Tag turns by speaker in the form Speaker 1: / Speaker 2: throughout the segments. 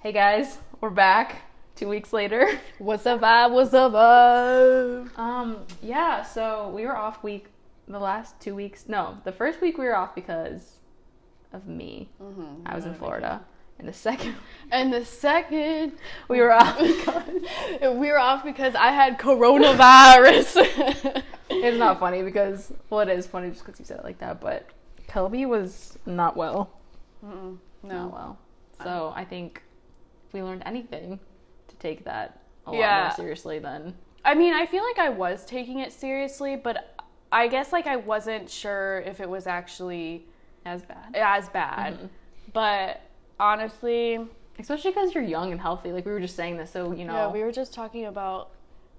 Speaker 1: Hey guys, we're back two weeks later.
Speaker 2: What's up, vibe? What's up, vibe?
Speaker 1: Um, yeah, so we were off week the last two weeks. No, the first week we were off because of me.
Speaker 2: Mm-hmm.
Speaker 1: I was in Florida. And the second
Speaker 2: And the second,
Speaker 1: we were off
Speaker 2: we were off because I had coronavirus.
Speaker 1: it's not funny because well it is funny just because you said it like that, but Kelby was not well.
Speaker 2: Mm-mm,
Speaker 1: Not
Speaker 2: no.
Speaker 1: well. So I think if we learned anything to take that a lot
Speaker 2: Yeah.
Speaker 1: more seriously than
Speaker 2: I mean, I feel like I was taking it seriously, but I guess like I wasn't sure if it was actually
Speaker 1: as bad.
Speaker 2: as bad. But honestly,
Speaker 1: Especially because you're young and healthy. Like we were just saying this, so you know.
Speaker 2: Yeah, we were just talking about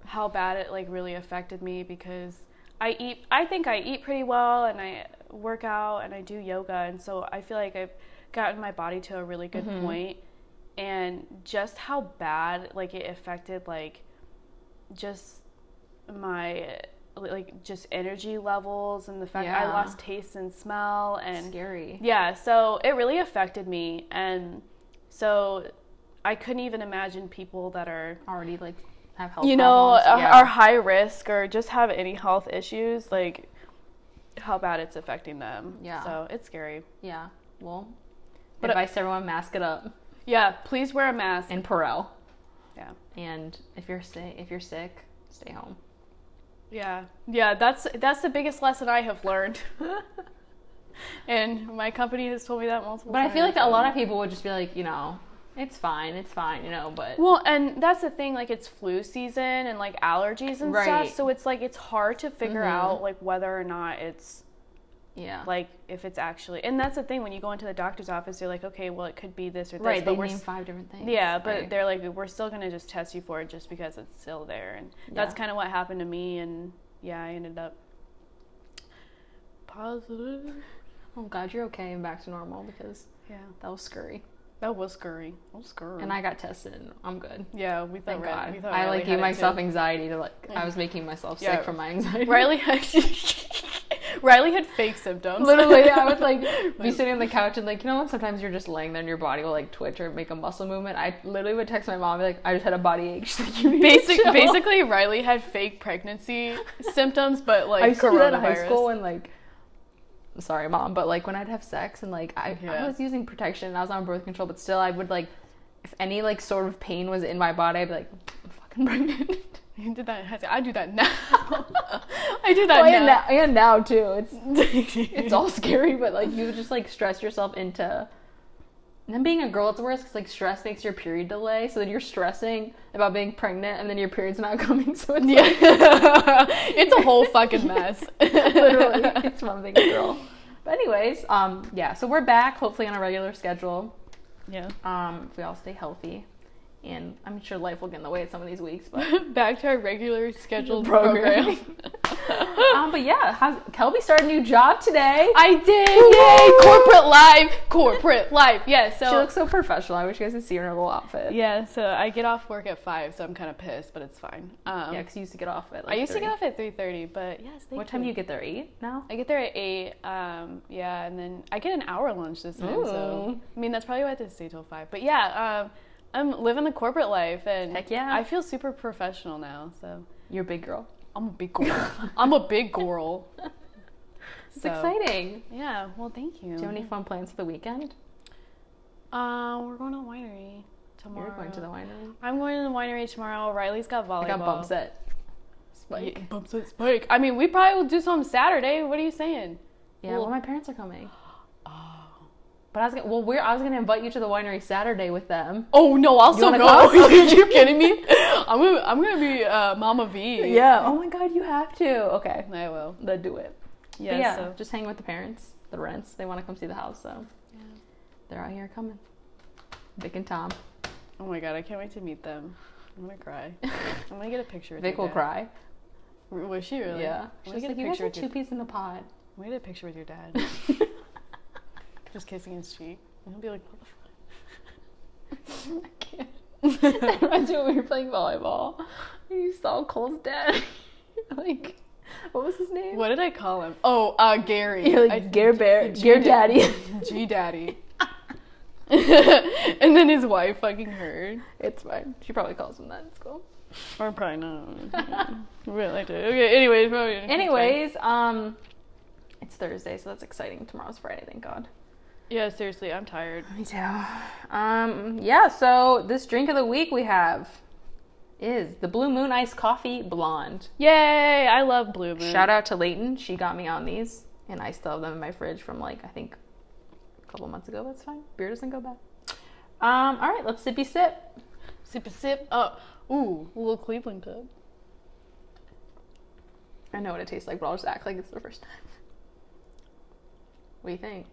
Speaker 2: how bad it like really affected me because I eat I think I eat pretty well and I work out and I do yoga and so I feel like I've gotten my body to a really good
Speaker 1: Mm-hmm.
Speaker 2: point. and just how bad like it affected like just my like just energy levels and the fact I
Speaker 1: Yeah.
Speaker 2: lost taste and smell and
Speaker 1: scary.
Speaker 2: yeah, so it really affected me. And so I couldn't even imagine people that are,
Speaker 1: Already like have health
Speaker 2: you know, uh,
Speaker 1: problems.
Speaker 2: are,
Speaker 1: Yeah.
Speaker 2: are high risk or just have any health issues, like how bad it's affecting them.
Speaker 1: Yeah.
Speaker 2: So it's scary.
Speaker 1: yeah. Well,
Speaker 2: But-
Speaker 1: advice to everyone: mask it up
Speaker 2: Yeah, please wear a mask.
Speaker 1: and Perel.
Speaker 2: yeah.
Speaker 1: And if you're sick, if you're sick, stay home.
Speaker 2: Yeah. Yeah, that's that's the biggest lesson I have learned. and my company has told me that multiple
Speaker 1: But
Speaker 2: times.
Speaker 1: I feel like a lot of people would just be like, you know, it's fine, it's fine, you know. But
Speaker 2: Well, and that's the thing, like it's flu season and like allergies and
Speaker 1: Right. Mm-hmm.
Speaker 2: stuff. So it's like it's hard to figure out like whether or not it's
Speaker 1: yeah,
Speaker 2: like if it's actually. And that's the thing when you go into the doctor's office, you're like, okay, well it could be this or this,
Speaker 1: right. They
Speaker 2: but we're
Speaker 1: name
Speaker 2: s-
Speaker 1: five different things.
Speaker 2: yeah, but
Speaker 1: right.
Speaker 2: they're like we're still gonna just test you for it just because it's still there, and that's
Speaker 1: Yeah.
Speaker 2: kind of what happened to me. And yeah, I ended up positive.
Speaker 1: oh god, you're okay and back to normal because
Speaker 2: Yeah,
Speaker 1: that was scurry.
Speaker 2: that was scary. That was scary.
Speaker 1: And I got tested. and I'm good.
Speaker 2: yeah, we thought
Speaker 1: Thank
Speaker 2: Riley-
Speaker 1: God.
Speaker 2: Mm. we thought
Speaker 1: I
Speaker 2: Riley
Speaker 1: like
Speaker 2: had
Speaker 1: gave
Speaker 2: it,
Speaker 1: myself
Speaker 2: too. Mm.
Speaker 1: anxiety to like. I was making myself sick
Speaker 2: Yeah.
Speaker 1: from my anxiety.
Speaker 2: Riley had Riley had fake symptoms.
Speaker 1: Literally, I would like be sitting on the couch and like you know when sometimes you're just laying there and your body will like twitch or make a muscle movement. I literally would text my mom and be like, I just had a body ache. She's like, you need
Speaker 2: Basic,
Speaker 1: to chill."
Speaker 2: basically, Riley had fake pregnancy symptoms, but like
Speaker 1: I used to do that in high
Speaker 2: coronavirus.
Speaker 1: school and like, I'm sorry mom, but like when I'd have sex and like I, I
Speaker 2: Yeah.
Speaker 1: was using protection and I was on birth control, but still I would like if any like sort of pain was in my body, I'd be like, I'm fucking pregnant.
Speaker 2: You did that. in high school. I do that now. I do that
Speaker 1: Well, Oh, and, now,
Speaker 2: now.
Speaker 1: and now too, it's it's all scary, but like you just like stress yourself into. And then being a girl, it's worse because like stress makes your period delay. So then you're stressing about being pregnant, and then your period's not coming. So it's
Speaker 2: yeah. it's a whole fucking mess.
Speaker 1: literally it's one big girl. But anyways, um, yeah. So we're back, hopefully on a regular schedule.
Speaker 2: Yeah.
Speaker 1: Um, if we all stay healthy, and I'm sure life will get in the way at some of these weeks, but.
Speaker 2: Back to our regular scheduled
Speaker 1: Program.
Speaker 2: program.
Speaker 1: um, but yeah, how's, Kelby started a new job today.
Speaker 2: I did. Yay! Corporate life. Corporate life. Yeah. So
Speaker 1: she looks so professional. I wish you guys could see her in her little outfit.
Speaker 2: yeah. So I get off work at five, so I'm kind of pissed, but it's fine. Um,
Speaker 1: Yeah, because you used to get off at.
Speaker 2: I
Speaker 1: Like,
Speaker 2: used to
Speaker 1: 3.
Speaker 2: get off at three thirty, but yes. Thank
Speaker 1: What time
Speaker 2: you.
Speaker 1: do you get there? Eight now.
Speaker 2: I get there at eight. Um, yeah, and then I get an hour lunch this time. So
Speaker 1: Ooh.
Speaker 2: I mean, that's probably why I did stay till five. But yeah, um, I'm living the corporate life, and
Speaker 1: Heck yeah.
Speaker 2: I feel super professional now. So
Speaker 1: You're a big girl.
Speaker 2: I'm a big girl. I'm a big girl.
Speaker 1: It's
Speaker 2: So,
Speaker 1: exciting.
Speaker 2: Yeah. Well, thank you.
Speaker 1: Do you have any fun plans for the weekend?
Speaker 2: Uh, we're going to the winery tomorrow.
Speaker 1: You're going to the winery.
Speaker 2: I'm going to the winery tomorrow. Riley's got volleyball.
Speaker 1: I got bump set.
Speaker 2: Yeah,
Speaker 1: Spike.
Speaker 2: bumps at Spike. I mean, we probably will do some Saturday. What are you saying?
Speaker 1: Yeah.
Speaker 2: Well-
Speaker 1: well, my parents are coming.
Speaker 2: Oh.
Speaker 1: But I was gonna, well, we're, I was gonna invite you to the winery Saturday with them.
Speaker 2: Oh no, I'll still
Speaker 1: wanna
Speaker 2: go.
Speaker 1: go?
Speaker 2: Are you kidding me? I'm gonna, I'm gonna be uh, Mama V.
Speaker 1: Oh my God, you have to. Okay,
Speaker 2: I will.
Speaker 1: then do it. But
Speaker 2: Yeah.
Speaker 1: yeah.
Speaker 2: So.
Speaker 1: Just hang with the parents, the rents. They want to come see the house, so they're out here coming. Vic and Tom.
Speaker 2: Oh my god, I can't wait to meet them. I'm gonna cry. I'm gonna get a picture. With
Speaker 1: Vic will
Speaker 2: your dad.
Speaker 1: cry.
Speaker 2: cry. Was she really?
Speaker 1: Yeah.
Speaker 2: I'm
Speaker 1: She's
Speaker 2: gonna get
Speaker 1: like,
Speaker 2: a
Speaker 1: you guys
Speaker 2: picture
Speaker 1: are
Speaker 2: with
Speaker 1: two
Speaker 2: your.
Speaker 1: peas in the pod.
Speaker 2: I'm gonna get a picture with your dad. Just kissing his cheek. And he'll be like, what the fuck?
Speaker 1: I can't. that reminds me when we were playing volleyball. and You saw Cole's dad. like, What was his name?
Speaker 2: What did I call him? Oh, uh, Gary.
Speaker 1: You're
Speaker 2: I-
Speaker 1: like Gear Bear,
Speaker 2: G-
Speaker 1: Gear Daddy.
Speaker 2: G Daddy. and then his wife fucking heard.
Speaker 1: it's fine. She probably calls him that in school.
Speaker 2: Or probably not. really do. Okay, anyways, probably.
Speaker 1: Anyways, um, it's Thursday, so that's exciting. Tomorrow's Friday, thank God.
Speaker 2: Yeah, seriously, I'm tired.
Speaker 1: Me too. Um, yeah. So this drink of the week we have is the Blue Moon Iced Coffee Blonde.
Speaker 2: Yay! I love Blue Moon.
Speaker 1: Shout out to Leighton. She got me on these, and I still have them in my fridge from like I think a couple months ago. That's fine. Beer doesn't go bad. Um, all right, let's sippy sip.
Speaker 2: Sip a sip. Oh, ooh, a little Cleveland cup.
Speaker 1: I know what it tastes like, but I'll just act like it's the first time. What do you think?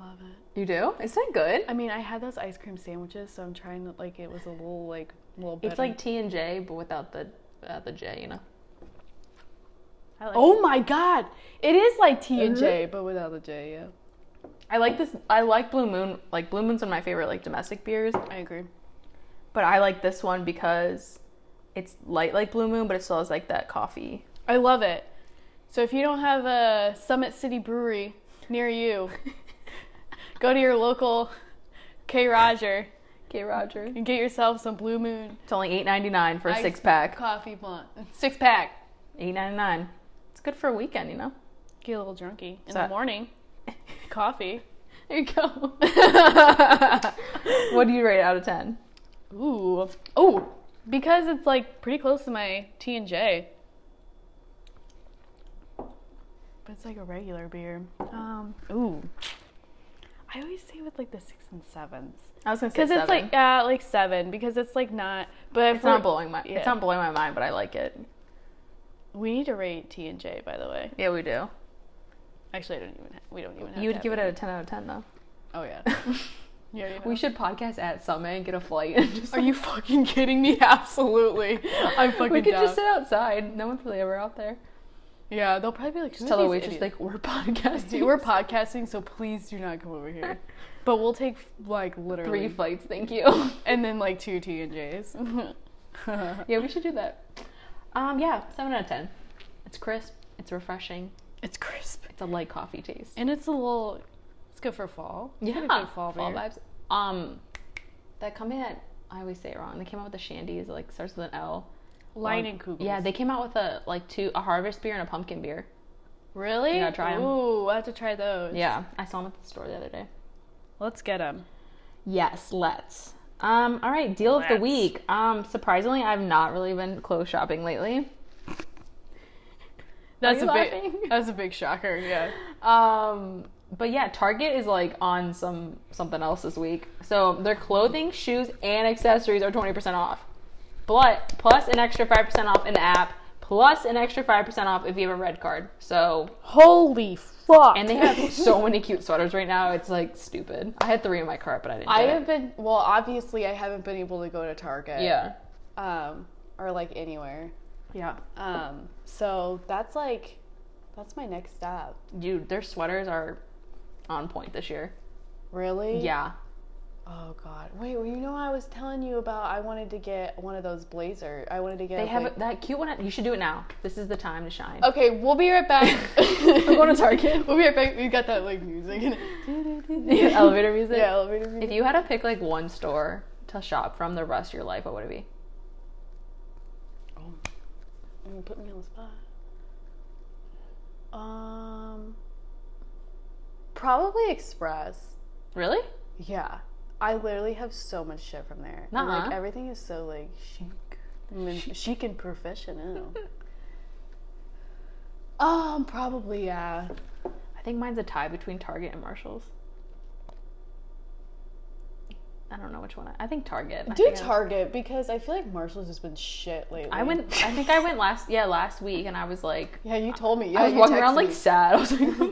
Speaker 2: I love it.
Speaker 1: You do? Is that good?
Speaker 2: I mean, I had those ice cream sandwiches, so I'm trying to like. It was a little like a little. Better.
Speaker 1: It's like T and J, but without the uh, the J, you know.
Speaker 3: I like
Speaker 2: Oh my god! It is like T and J, but without the J. Yeah,
Speaker 1: I like this. I like Blue Moon. Like Blue Moon's one of my favorite like domestic beers,
Speaker 2: I agree.
Speaker 1: but I like this one because it's light like Blue Moon, but it still has like that coffee.
Speaker 2: I love it. So if you don't have a Summit City Brewery near you, go to your local K Roger
Speaker 1: Okay, Roger.
Speaker 2: and get yourself some Blue Moon
Speaker 1: It's only eight ninety nine for a
Speaker 2: Ice
Speaker 1: six pack.
Speaker 2: coffee blunt. Six pack.
Speaker 1: Eight ninety nine. It's good for a weekend, you know.
Speaker 2: Get a little drunky in
Speaker 1: So-
Speaker 2: the morning. Coffee.
Speaker 1: There you go. what do you rate out of ten?
Speaker 2: Ooh. Oh, because it's like pretty close to my T and J. But it's like a regular beer. Um. Ooh. I always say with like the six and sevens.
Speaker 1: I was gonna say
Speaker 2: Because it's
Speaker 1: seven.
Speaker 2: like yeah, like seven. Because it's like not. But
Speaker 1: it's not blowing my
Speaker 2: yeah.
Speaker 1: it's not blowing my mind, but I like it.
Speaker 2: We need to rate T and J. By the way,
Speaker 1: Yeah, we do.
Speaker 2: actually, I don't even. Have, we don't even.
Speaker 1: You
Speaker 2: Have to
Speaker 1: would
Speaker 2: have
Speaker 1: give it a ten out of ten though.
Speaker 2: Oh yeah. You already know.
Speaker 1: We should podcast at Summit and get a flight. And just
Speaker 2: Are you fucking kidding me? Absolutely. I'm fucking
Speaker 1: we could
Speaker 2: down.
Speaker 1: just sit outside. No one's really ever out there.
Speaker 2: yeah, they'll probably be like,
Speaker 1: Just tell the
Speaker 2: the
Speaker 1: waitress like we're podcasting.
Speaker 2: See, we're podcasting, so please do not come over here. But we'll take like literally,
Speaker 1: three flights. Thank you.
Speaker 2: and then like two T and J's.
Speaker 1: yeah, we should do that. Um, yeah, seven out of ten. It's crisp. It's refreshing.
Speaker 2: It's crisp,
Speaker 1: It's a light coffee taste.
Speaker 2: and it's a little. It's good for fall. It's
Speaker 1: Yeah,
Speaker 2: got a good fall, beer.
Speaker 1: vibes. Um, that company that I always say it wrong. They came out with the shandies. It, Like starts with an L.
Speaker 2: Line
Speaker 1: Um,
Speaker 2: and Kugels.
Speaker 1: Yeah, they came out with a like two a harvest beer and a pumpkin beer.
Speaker 2: really.
Speaker 1: You gotta try 'em.
Speaker 2: Ooh, I have to try those.
Speaker 1: Yeah, I saw them at the store the other day.
Speaker 2: Let's get them.
Speaker 1: Yes, let's. Um, all right, deal of
Speaker 2: Let's.
Speaker 1: the week. Um, surprisingly, I've not really been clothes shopping lately.
Speaker 2: That's a
Speaker 1: you
Speaker 2: big.
Speaker 1: laughing?
Speaker 2: That's a big shocker. Yeah.
Speaker 1: Um, but yeah, Target is like on some something else this week. So their clothing, shoes, and accessories are twenty percent off. But plus an extra five percent off in the app. Plus an extra five percent off if you have a red card. So
Speaker 2: Holy fuck!
Speaker 1: and they have so many cute sweaters right now. It's like stupid. I had three in my cart, but I didn't.
Speaker 2: I
Speaker 1: get it.
Speaker 2: have been well. Obviously, I haven't been able to go to Target.
Speaker 1: Yeah.
Speaker 2: Um, or like anywhere.
Speaker 1: Yeah.
Speaker 2: Um, so that's like, that's my next step.
Speaker 1: Dude, their sweaters are on point this year.
Speaker 2: Really?
Speaker 1: Yeah.
Speaker 2: Oh God. Wait. Well, you know I was telling you about. I wanted to get one of those blazer. I wanted to get.
Speaker 1: They
Speaker 2: a
Speaker 1: have
Speaker 2: bla-
Speaker 1: a- that cute one. You should do it now. This is the time to shine.
Speaker 2: Okay, we'll be right back. We're
Speaker 1: going to Target.
Speaker 2: We'll be right back. We got that like music in it.
Speaker 1: Elevator music.
Speaker 2: yeah, elevator music.
Speaker 1: If you had to pick like one store to shop from the rest of your life, what would it be?
Speaker 2: Oh. You put me on the spot. Um, probably Express.
Speaker 1: Really?
Speaker 2: Yeah, I literally have so much shit from there. And, like
Speaker 1: Nuh-uh.
Speaker 2: everything is so like chic, I mean, chic and professional. um, probably yeah.
Speaker 1: I think mine's a tie between Target and Marshalls. I don't know which one. I, I think Target. I
Speaker 2: Do
Speaker 1: think I-
Speaker 2: Target because I feel like Marshalls has been shit lately.
Speaker 1: I went. I think I went last. Yeah, last week, and I was like,
Speaker 2: Yeah, you told me. Yeah,
Speaker 1: I was
Speaker 2: you
Speaker 1: walking around
Speaker 2: texted
Speaker 1: like
Speaker 2: me.
Speaker 1: sad. I was like,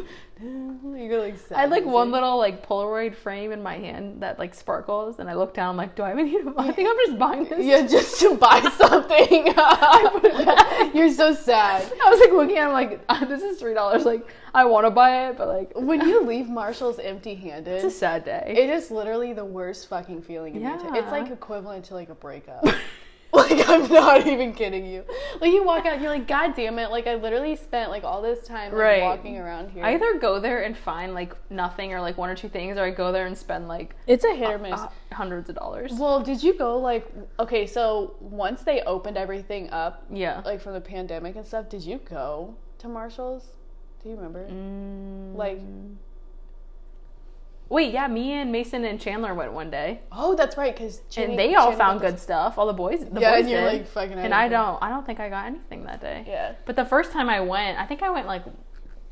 Speaker 2: you go like. Sad
Speaker 1: I had like one
Speaker 2: music.
Speaker 1: little like Polaroid frame in my hand that like sparkles, and I look down. I'm like, do I even need? To buy? I think I'm just buying this.
Speaker 2: Yeah, just to buy something. I put it back. You're so sad.
Speaker 1: I was like looking at. it, I'm like, "Ah, this is three dollars. Like, I want to buy it, but like,
Speaker 2: When you leave Marshalls empty-handed,
Speaker 1: it's a sad day.
Speaker 2: It is literally the worst fucking feeling in the entire. It's
Speaker 1: Yeah.
Speaker 2: like equivalent to like a breakup. Like I'm not even kidding you. Like you walk out, you're like, God damn it! Like I literally spent like all this time like,
Speaker 1: Right.
Speaker 2: walking around here.
Speaker 1: I either go there and find like nothing or like one or two things, or I go there and spend like
Speaker 2: it's a hit or miss.
Speaker 1: uh, hundreds of dollars.
Speaker 2: well, did you go like okay? So once they opened everything up,
Speaker 1: yeah.
Speaker 2: like from the pandemic and stuff, did you go to Marshalls? Do you remember?
Speaker 1: Mm.
Speaker 2: Like
Speaker 1: Wait, yeah, me and Mason and Chandler went one day,
Speaker 2: oh, that's right, because
Speaker 1: and they all found good stuff. All the boys, the
Speaker 2: yeah,
Speaker 1: boys
Speaker 2: and you're
Speaker 1: did.
Speaker 2: like fucking.
Speaker 1: and I don't, I don't think I got anything that day.
Speaker 2: Yeah.
Speaker 1: But the first time I went, I think I went like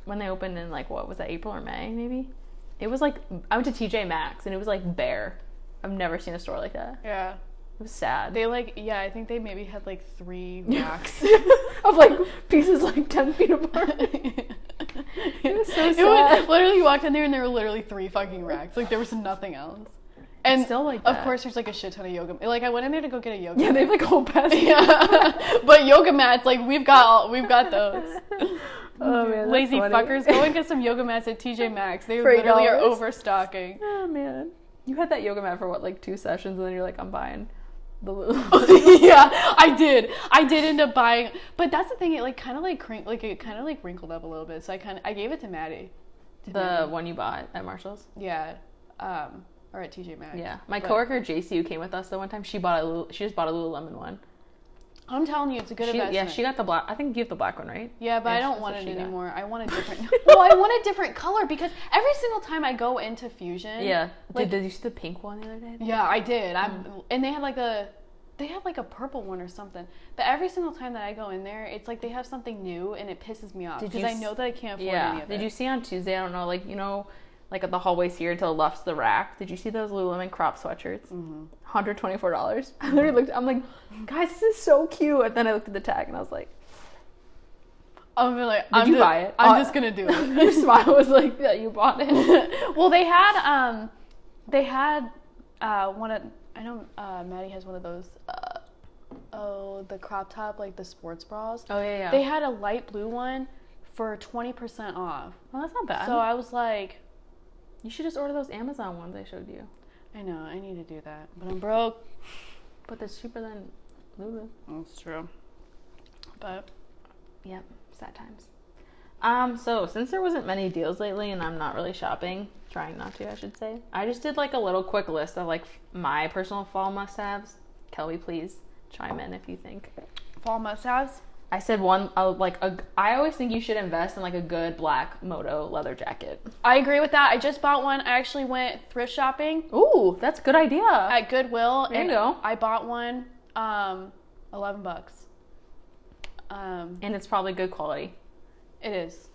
Speaker 1: when they opened in like what was that April or May maybe? It was like I went to TJ Maxx and it was like bare. I've never seen a store like that.
Speaker 2: Yeah.
Speaker 1: It was sad.
Speaker 2: They like yeah, I think they maybe had like three racks.
Speaker 1: of like pieces like ten feet apart.
Speaker 2: it
Speaker 1: was so sad.
Speaker 2: literally you walked in there and there were literally three fucking racks. Like there was nothing else. And
Speaker 1: still like
Speaker 2: of
Speaker 1: that.
Speaker 2: course there's like a shit ton of yoga. Like I went in there to go get a yoga.
Speaker 1: Yeah, they have
Speaker 2: mat.
Speaker 1: like a whole basket.
Speaker 2: yeah. but yoga mats like we've got all, we've got those.
Speaker 1: Oh man, that's
Speaker 2: Lazy
Speaker 1: funny.
Speaker 2: fuckers, go and get some yoga mats at TJ Maxx. They
Speaker 1: For eight
Speaker 2: literally are
Speaker 1: dollars?
Speaker 2: overstocking.
Speaker 1: Oh man, you had that yoga mat for what like two sessions, and then you're like, I'm buying the
Speaker 2: yeah, I did. I did end up buying, but that's the thing. It like kind of like crink, like it kind of like wrinkled up a little bit. So I kind of I gave it to Maddie. To
Speaker 1: the one you bought at Marshalls.
Speaker 2: yeah, um, or at TJ Maxx.
Speaker 1: Yeah, my
Speaker 2: But-
Speaker 1: coworker JC who came with us the one time, she bought a Lulu- she just bought a Lululemon one.
Speaker 2: I'm telling you, it's a good
Speaker 1: She,
Speaker 2: investment.
Speaker 1: yeah, she got the black. I think you have the black one, right?
Speaker 2: Yeah, but
Speaker 1: Yeah,
Speaker 2: I
Speaker 1: she-
Speaker 2: don't
Speaker 1: that's
Speaker 2: want
Speaker 1: what
Speaker 2: it
Speaker 1: she got.
Speaker 2: anymore. I want a different. well, I want a different color because every single time I go into Fusion,
Speaker 1: Yeah.
Speaker 2: Like-
Speaker 1: did, did you see the pink one the other day?
Speaker 2: yeah, I did. I'm,
Speaker 1: Mm.
Speaker 2: and they had like a, they had like a purple one or something. But every single time that I go in there, it's like they have something new, and it pisses me off
Speaker 1: Did
Speaker 2: because
Speaker 1: you
Speaker 2: I
Speaker 1: s-
Speaker 2: know that I can't afford
Speaker 1: Yeah.
Speaker 2: any of it.
Speaker 1: Did you see on Tuesday? I don't know. Like you know, like at the hallways here to the left's the rack. Did you see those Lululemon crop sweatshirts?
Speaker 2: Mhm.
Speaker 1: Hundred twenty four dollars. I literally looked. I'm like, guys, this is so cute. And then I looked at the tag and I was like,
Speaker 2: I'm like,
Speaker 1: Did
Speaker 2: I'm
Speaker 1: you
Speaker 2: ju-
Speaker 1: buy it?
Speaker 2: I'm
Speaker 1: Uh,
Speaker 2: just gonna do it.
Speaker 1: your smile was like, yeah, you bought it.
Speaker 2: well, they had um, they had uh one of I know uh Maddie has one of those uh, oh the crop top like the sports bras.
Speaker 1: Oh yeah, yeah.
Speaker 2: They had a light blue one for twenty percent off.
Speaker 1: well, that's not bad.
Speaker 2: So I was like,
Speaker 1: you should just order those Amazon ones I showed you.
Speaker 2: I know I need to do that, but I'm broke.
Speaker 1: But they're cheaper than Lulu.
Speaker 2: That's true. But
Speaker 1: Yep, sad times. Um, so since there wasn't many deals lately, and I'm not really shopping, trying not to, I should say, I just did like a little quick list of like f- my personal fall must-haves. Kelly, please chime in if you think.
Speaker 2: fall must-haves.
Speaker 1: I said one uh, like a. I always think you should invest in like a good black moto leather jacket.
Speaker 2: I agree with that. I just bought one. I actually went thrift shopping
Speaker 1: Ooh, that's a good idea.
Speaker 2: at Goodwill.
Speaker 1: There you
Speaker 2: and
Speaker 1: go.
Speaker 2: I bought one, um, eleven bucks. Um,
Speaker 1: and it's probably good quality.
Speaker 2: it is.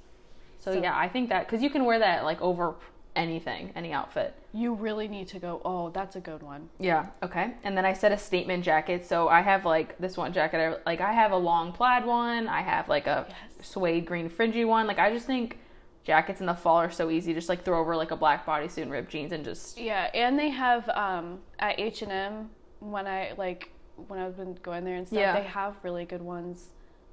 Speaker 1: So,
Speaker 2: So-
Speaker 1: yeah, I think that because you can wear that like over anything, any outfit.
Speaker 2: You really need to go. Oh, that's a good one.
Speaker 1: Yeah. Okay. And then I said a statement jacket. So I have like this one jacket. I, like I have a long plaid one. I have like a suede green fringy one. Like I just think jackets in the fall are so easy. Just like throw over like a black bodysuit and ripped jeans and just
Speaker 2: Yeah, and they have um, at H and M when I like when I've been going there and stuff.
Speaker 1: Yeah.
Speaker 2: They have really good ones,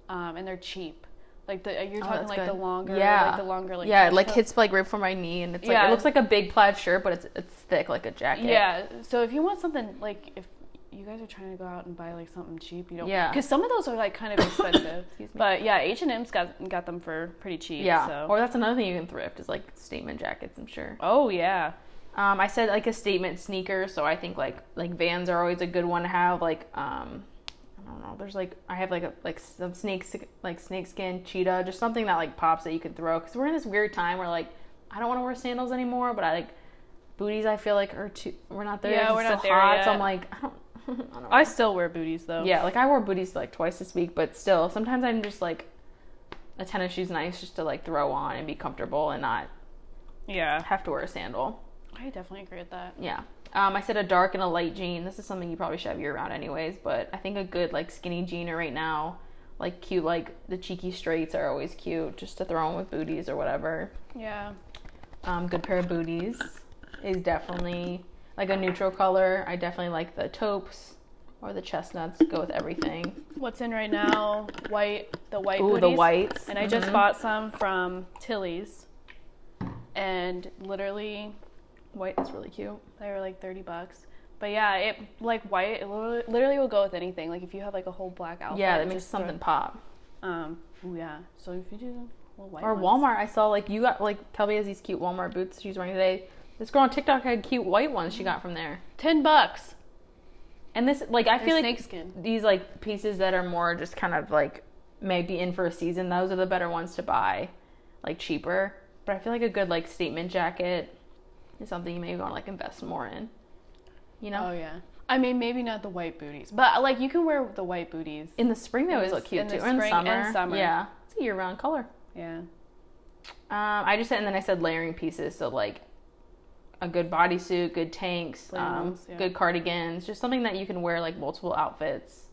Speaker 2: um, and they're cheap. Like the you're
Speaker 1: Oh,
Speaker 2: talking
Speaker 1: that's
Speaker 2: like the
Speaker 1: good.
Speaker 2: longer,
Speaker 1: Yeah.
Speaker 2: like the longer, like
Speaker 1: yeah, it
Speaker 2: trench
Speaker 1: like
Speaker 2: coat.
Speaker 1: hits like right before my knee and it's like
Speaker 2: Yeah.
Speaker 1: it looks like a big plaid shirt, but it's it's thick like a jacket.
Speaker 2: Yeah. So if you want something like if you guys are trying to go out and buy like something cheap, you don't.
Speaker 1: Yeah.
Speaker 2: Because some of those are like kind of expensive.
Speaker 1: Excuse me.
Speaker 2: but yeah, H and M's got got them for pretty cheap.
Speaker 1: Yeah.
Speaker 2: So.
Speaker 1: Or that's another thing you can thrift is like statement jackets. I'm sure.
Speaker 2: oh yeah.
Speaker 1: Um, I said like a statement sneaker, so I think like like Vans are always a good one to have. Like um, I don't know, there's like I have like a like some snake like snakeskin cheetah, just something that like pops that you can throw. Because we're in this weird time where like I don't want to wear sandals anymore, but I like booties. I feel like are too we're not there.
Speaker 2: Yeah,
Speaker 1: 'cause
Speaker 2: we're
Speaker 1: it's
Speaker 2: not
Speaker 1: still
Speaker 2: there
Speaker 1: hot, So
Speaker 2: yet.
Speaker 1: I'm like I don't. I don't know.
Speaker 2: I still wear booties though.
Speaker 1: yeah, like I wore booties like twice this week, but still sometimes I'm just like a tennis shoe's nice just to like throw on and be comfortable and not
Speaker 2: Yeah.
Speaker 1: have to wear a sandal.
Speaker 2: I definitely agree with that.
Speaker 1: Yeah. Um, I said a dark and a light jean. This is something you probably should have year round, anyways. But I think a good like skinny jean right now, like cute, like the cheeky straights are always cute, just to throw on with booties or whatever.
Speaker 2: Yeah.
Speaker 1: Um, good pair of booties is definitely like a neutral color. I definitely like the taupes or the chestnuts. Go with everything.
Speaker 2: What's in right now? White. The white.
Speaker 1: Ooh, the
Speaker 2: booties.
Speaker 1: whites.
Speaker 2: And I just
Speaker 1: Mhm.
Speaker 2: bought some from Tilly's. And literally,
Speaker 1: White is really cute.
Speaker 2: they were like thirty bucks. But yeah, it like white. It literally, literally will go with anything. Like if you have like a whole black outfit,
Speaker 1: yeah, that
Speaker 2: it
Speaker 1: makes
Speaker 2: just throw-
Speaker 1: something pop.
Speaker 2: Um, ooh, yeah. So if you do well, white
Speaker 1: Or
Speaker 2: ones.
Speaker 1: Walmart. I saw like you got like Kelby has these cute Walmart boots she was wearing today. This girl on TikTok had cute white ones she got from there.
Speaker 2: ten bucks.
Speaker 1: And this like I
Speaker 2: I
Speaker 1: feel like
Speaker 2: snakeskin.
Speaker 1: these like pieces that are more just kind of like maybe in for a season. Those are the better ones to buy, like cheaper. But I feel like a good like statement jacket is something you maybe want to like invest more in. You know,
Speaker 2: Oh yeah.
Speaker 4: I mean, maybe not the white booties, but like you can wear the white booties.
Speaker 1: in the spring they always
Speaker 2: the
Speaker 1: look cute
Speaker 2: s-
Speaker 1: too,
Speaker 2: in the
Speaker 1: or in the
Speaker 2: spring
Speaker 1: summer.
Speaker 2: and summer.
Speaker 1: Yeah, it's a year-round color.
Speaker 2: Yeah.
Speaker 1: Um, I just said, and then I said layering pieces. So like a good bodysuit, good tanks,
Speaker 2: Layering
Speaker 1: um,
Speaker 2: ones, yeah.
Speaker 1: good cardigans, just something that you can wear like multiple outfits.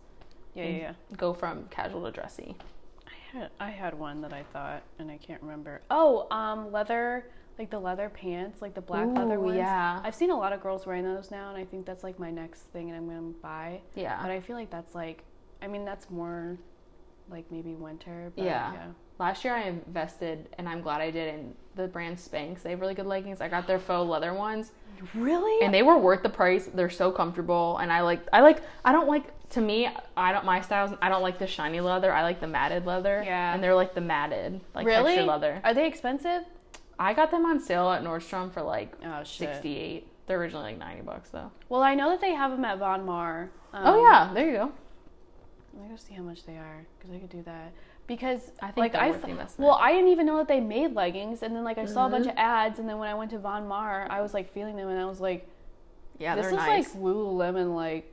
Speaker 2: Yeah, yeah, yeah.
Speaker 1: Go from casual to dressy.
Speaker 2: I had, I had one that I thought, and I can't remember. Oh, um, leather, like the leather pants, like the black leather
Speaker 1: Ooh,
Speaker 2: ones.
Speaker 1: yeah.
Speaker 2: I've seen a lot of girls wearing those now, and I think that's like my next thing, and I'm gonna buy.
Speaker 1: Yeah.
Speaker 2: But I feel like that's like, I mean, that's more, like maybe winter. But
Speaker 1: Yeah.
Speaker 2: yeah.
Speaker 1: Last year I invested, and I'm glad I did, in the brand Spanx. They have really good leggings. I got their faux leather ones,
Speaker 2: Really?
Speaker 1: and they were worth the price. They're so comfortable, and I like. I like. I don't like. To me, I don't. My styles. I don't like the shiny leather. I like the matted leather.
Speaker 2: Yeah.
Speaker 1: And they're like the matted, like
Speaker 2: really?
Speaker 1: texture leather.
Speaker 2: Are they expensive?
Speaker 1: I got them on sale at Nordstrom for like
Speaker 2: Oh shit.
Speaker 1: 68. They're originally like 90 bucks though.
Speaker 2: Well, I know that they have them at Von Mar. Um,
Speaker 1: oh yeah, there you go.
Speaker 2: Let me go see how much they are because I could do that. Because
Speaker 1: I think
Speaker 2: like
Speaker 1: they're
Speaker 2: I
Speaker 1: worth the
Speaker 2: th-
Speaker 1: investment. Mm-hmm.
Speaker 2: well, I didn't even know that they made leggings, and then like I saw a bunch of ads, and then when I went to Von Mar, I was like feeling them, and I was like,
Speaker 1: Yeah,
Speaker 2: this
Speaker 1: they're
Speaker 2: is
Speaker 1: nice.
Speaker 2: like Lululemon, like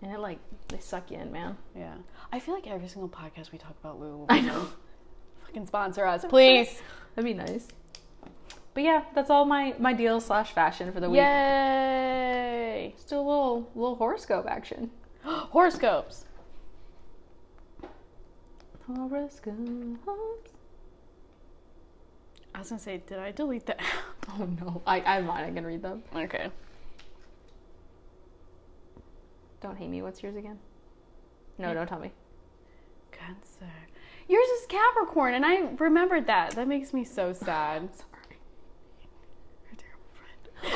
Speaker 1: and it like they suck you in, man.
Speaker 2: yeah. I feel like every single podcast we talk about Lululemon.
Speaker 1: I know.
Speaker 2: Fucking sponsor us, please.
Speaker 1: That'd be nice. But yeah, that's all my my deals slash fashion for the week.
Speaker 2: Yay!
Speaker 1: Let's do a little little horoscope action.
Speaker 2: Horoscopes.
Speaker 1: Horoscopes.
Speaker 2: I was gonna say, did I delete that?
Speaker 1: Oh no, I I'm not gonna read them.
Speaker 2: okay.
Speaker 1: Don't hate me. What's yours again? No,
Speaker 2: Yeah.
Speaker 1: don't tell me.
Speaker 2: Cancer. Yours is Capricorn, and I remembered that. That makes me so sad.
Speaker 1: Sorry.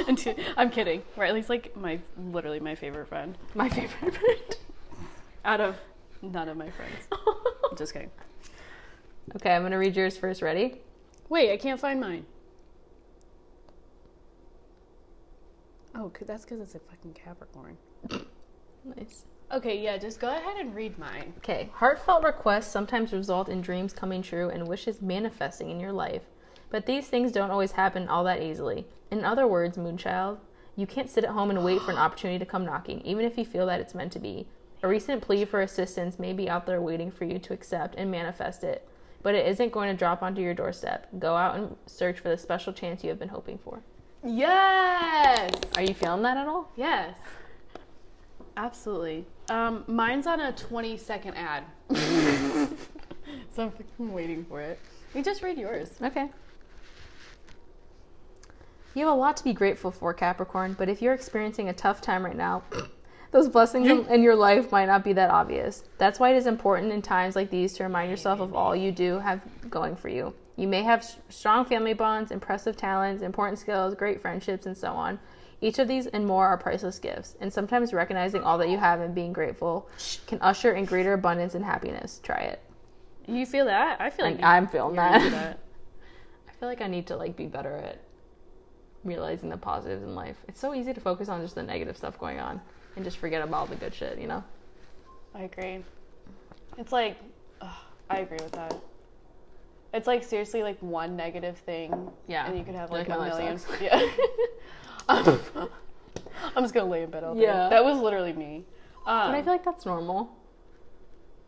Speaker 2: I'm t- I'm kidding. Or at least like my literally my favorite friend
Speaker 1: My favorite friend.
Speaker 2: out of none of my friends. I'm just kidding.
Speaker 1: okay, I'm gonna read yours first. Ready?
Speaker 2: Wait, I can't find mine. Oh, 'cause- that's because it's a fucking Capricorn.
Speaker 1: Nice.
Speaker 2: Okay, yeah, just go ahead and read mine.
Speaker 1: Okay, heartfelt requests sometimes result in dreams coming true and wishes manifesting in your life, but these things don't always happen all that easily. In other words, Moonchild, you can't sit at home and wait for an opportunity to come knocking, even if you feel that it's meant to be. A recent plea for assistance may be out there waiting for you to accept and manifest it, but it isn't going to drop onto your doorstep. Go out and search for the special chance you have been hoping for.
Speaker 2: Yes.
Speaker 1: Are you feeling that at all?
Speaker 2: Yes. Absolutely. Um, mine's on a 20 second ad. so I'm fucking waiting for it. We just read yours.
Speaker 1: Okay. You have a lot to be grateful for, Capricorn, but if you're experiencing a tough time right now, those blessings in, in your life might not be that obvious. That's why it is important in times like these to remind yourself of all you do have going for you. You may have s- strong family bonds, impressive talents, important skills, great friendships, and so on. Each of these and more are priceless gifts, and sometimes recognizing all that you have and being grateful can usher in greater abundance and happiness. Try it.
Speaker 2: You feel that? I feel like
Speaker 1: And I'm feeling
Speaker 2: you're into
Speaker 1: that. I feel like I need to like be better at realizing the positives in life. It's so easy to focus on just the negative stuff going on and just forget about all the good shit, you know?
Speaker 2: I agree. It's like, ugh, I agree with that. It's like seriously like one negative thing,
Speaker 1: Yeah.
Speaker 2: and you could have
Speaker 1: You're
Speaker 2: like,
Speaker 1: like,
Speaker 2: a
Speaker 1: "My life
Speaker 2: million. Yeah. I'm just gonna lay in bed all day.
Speaker 1: Yeah.
Speaker 2: That was literally me. Um,
Speaker 1: But I feel like that's normal.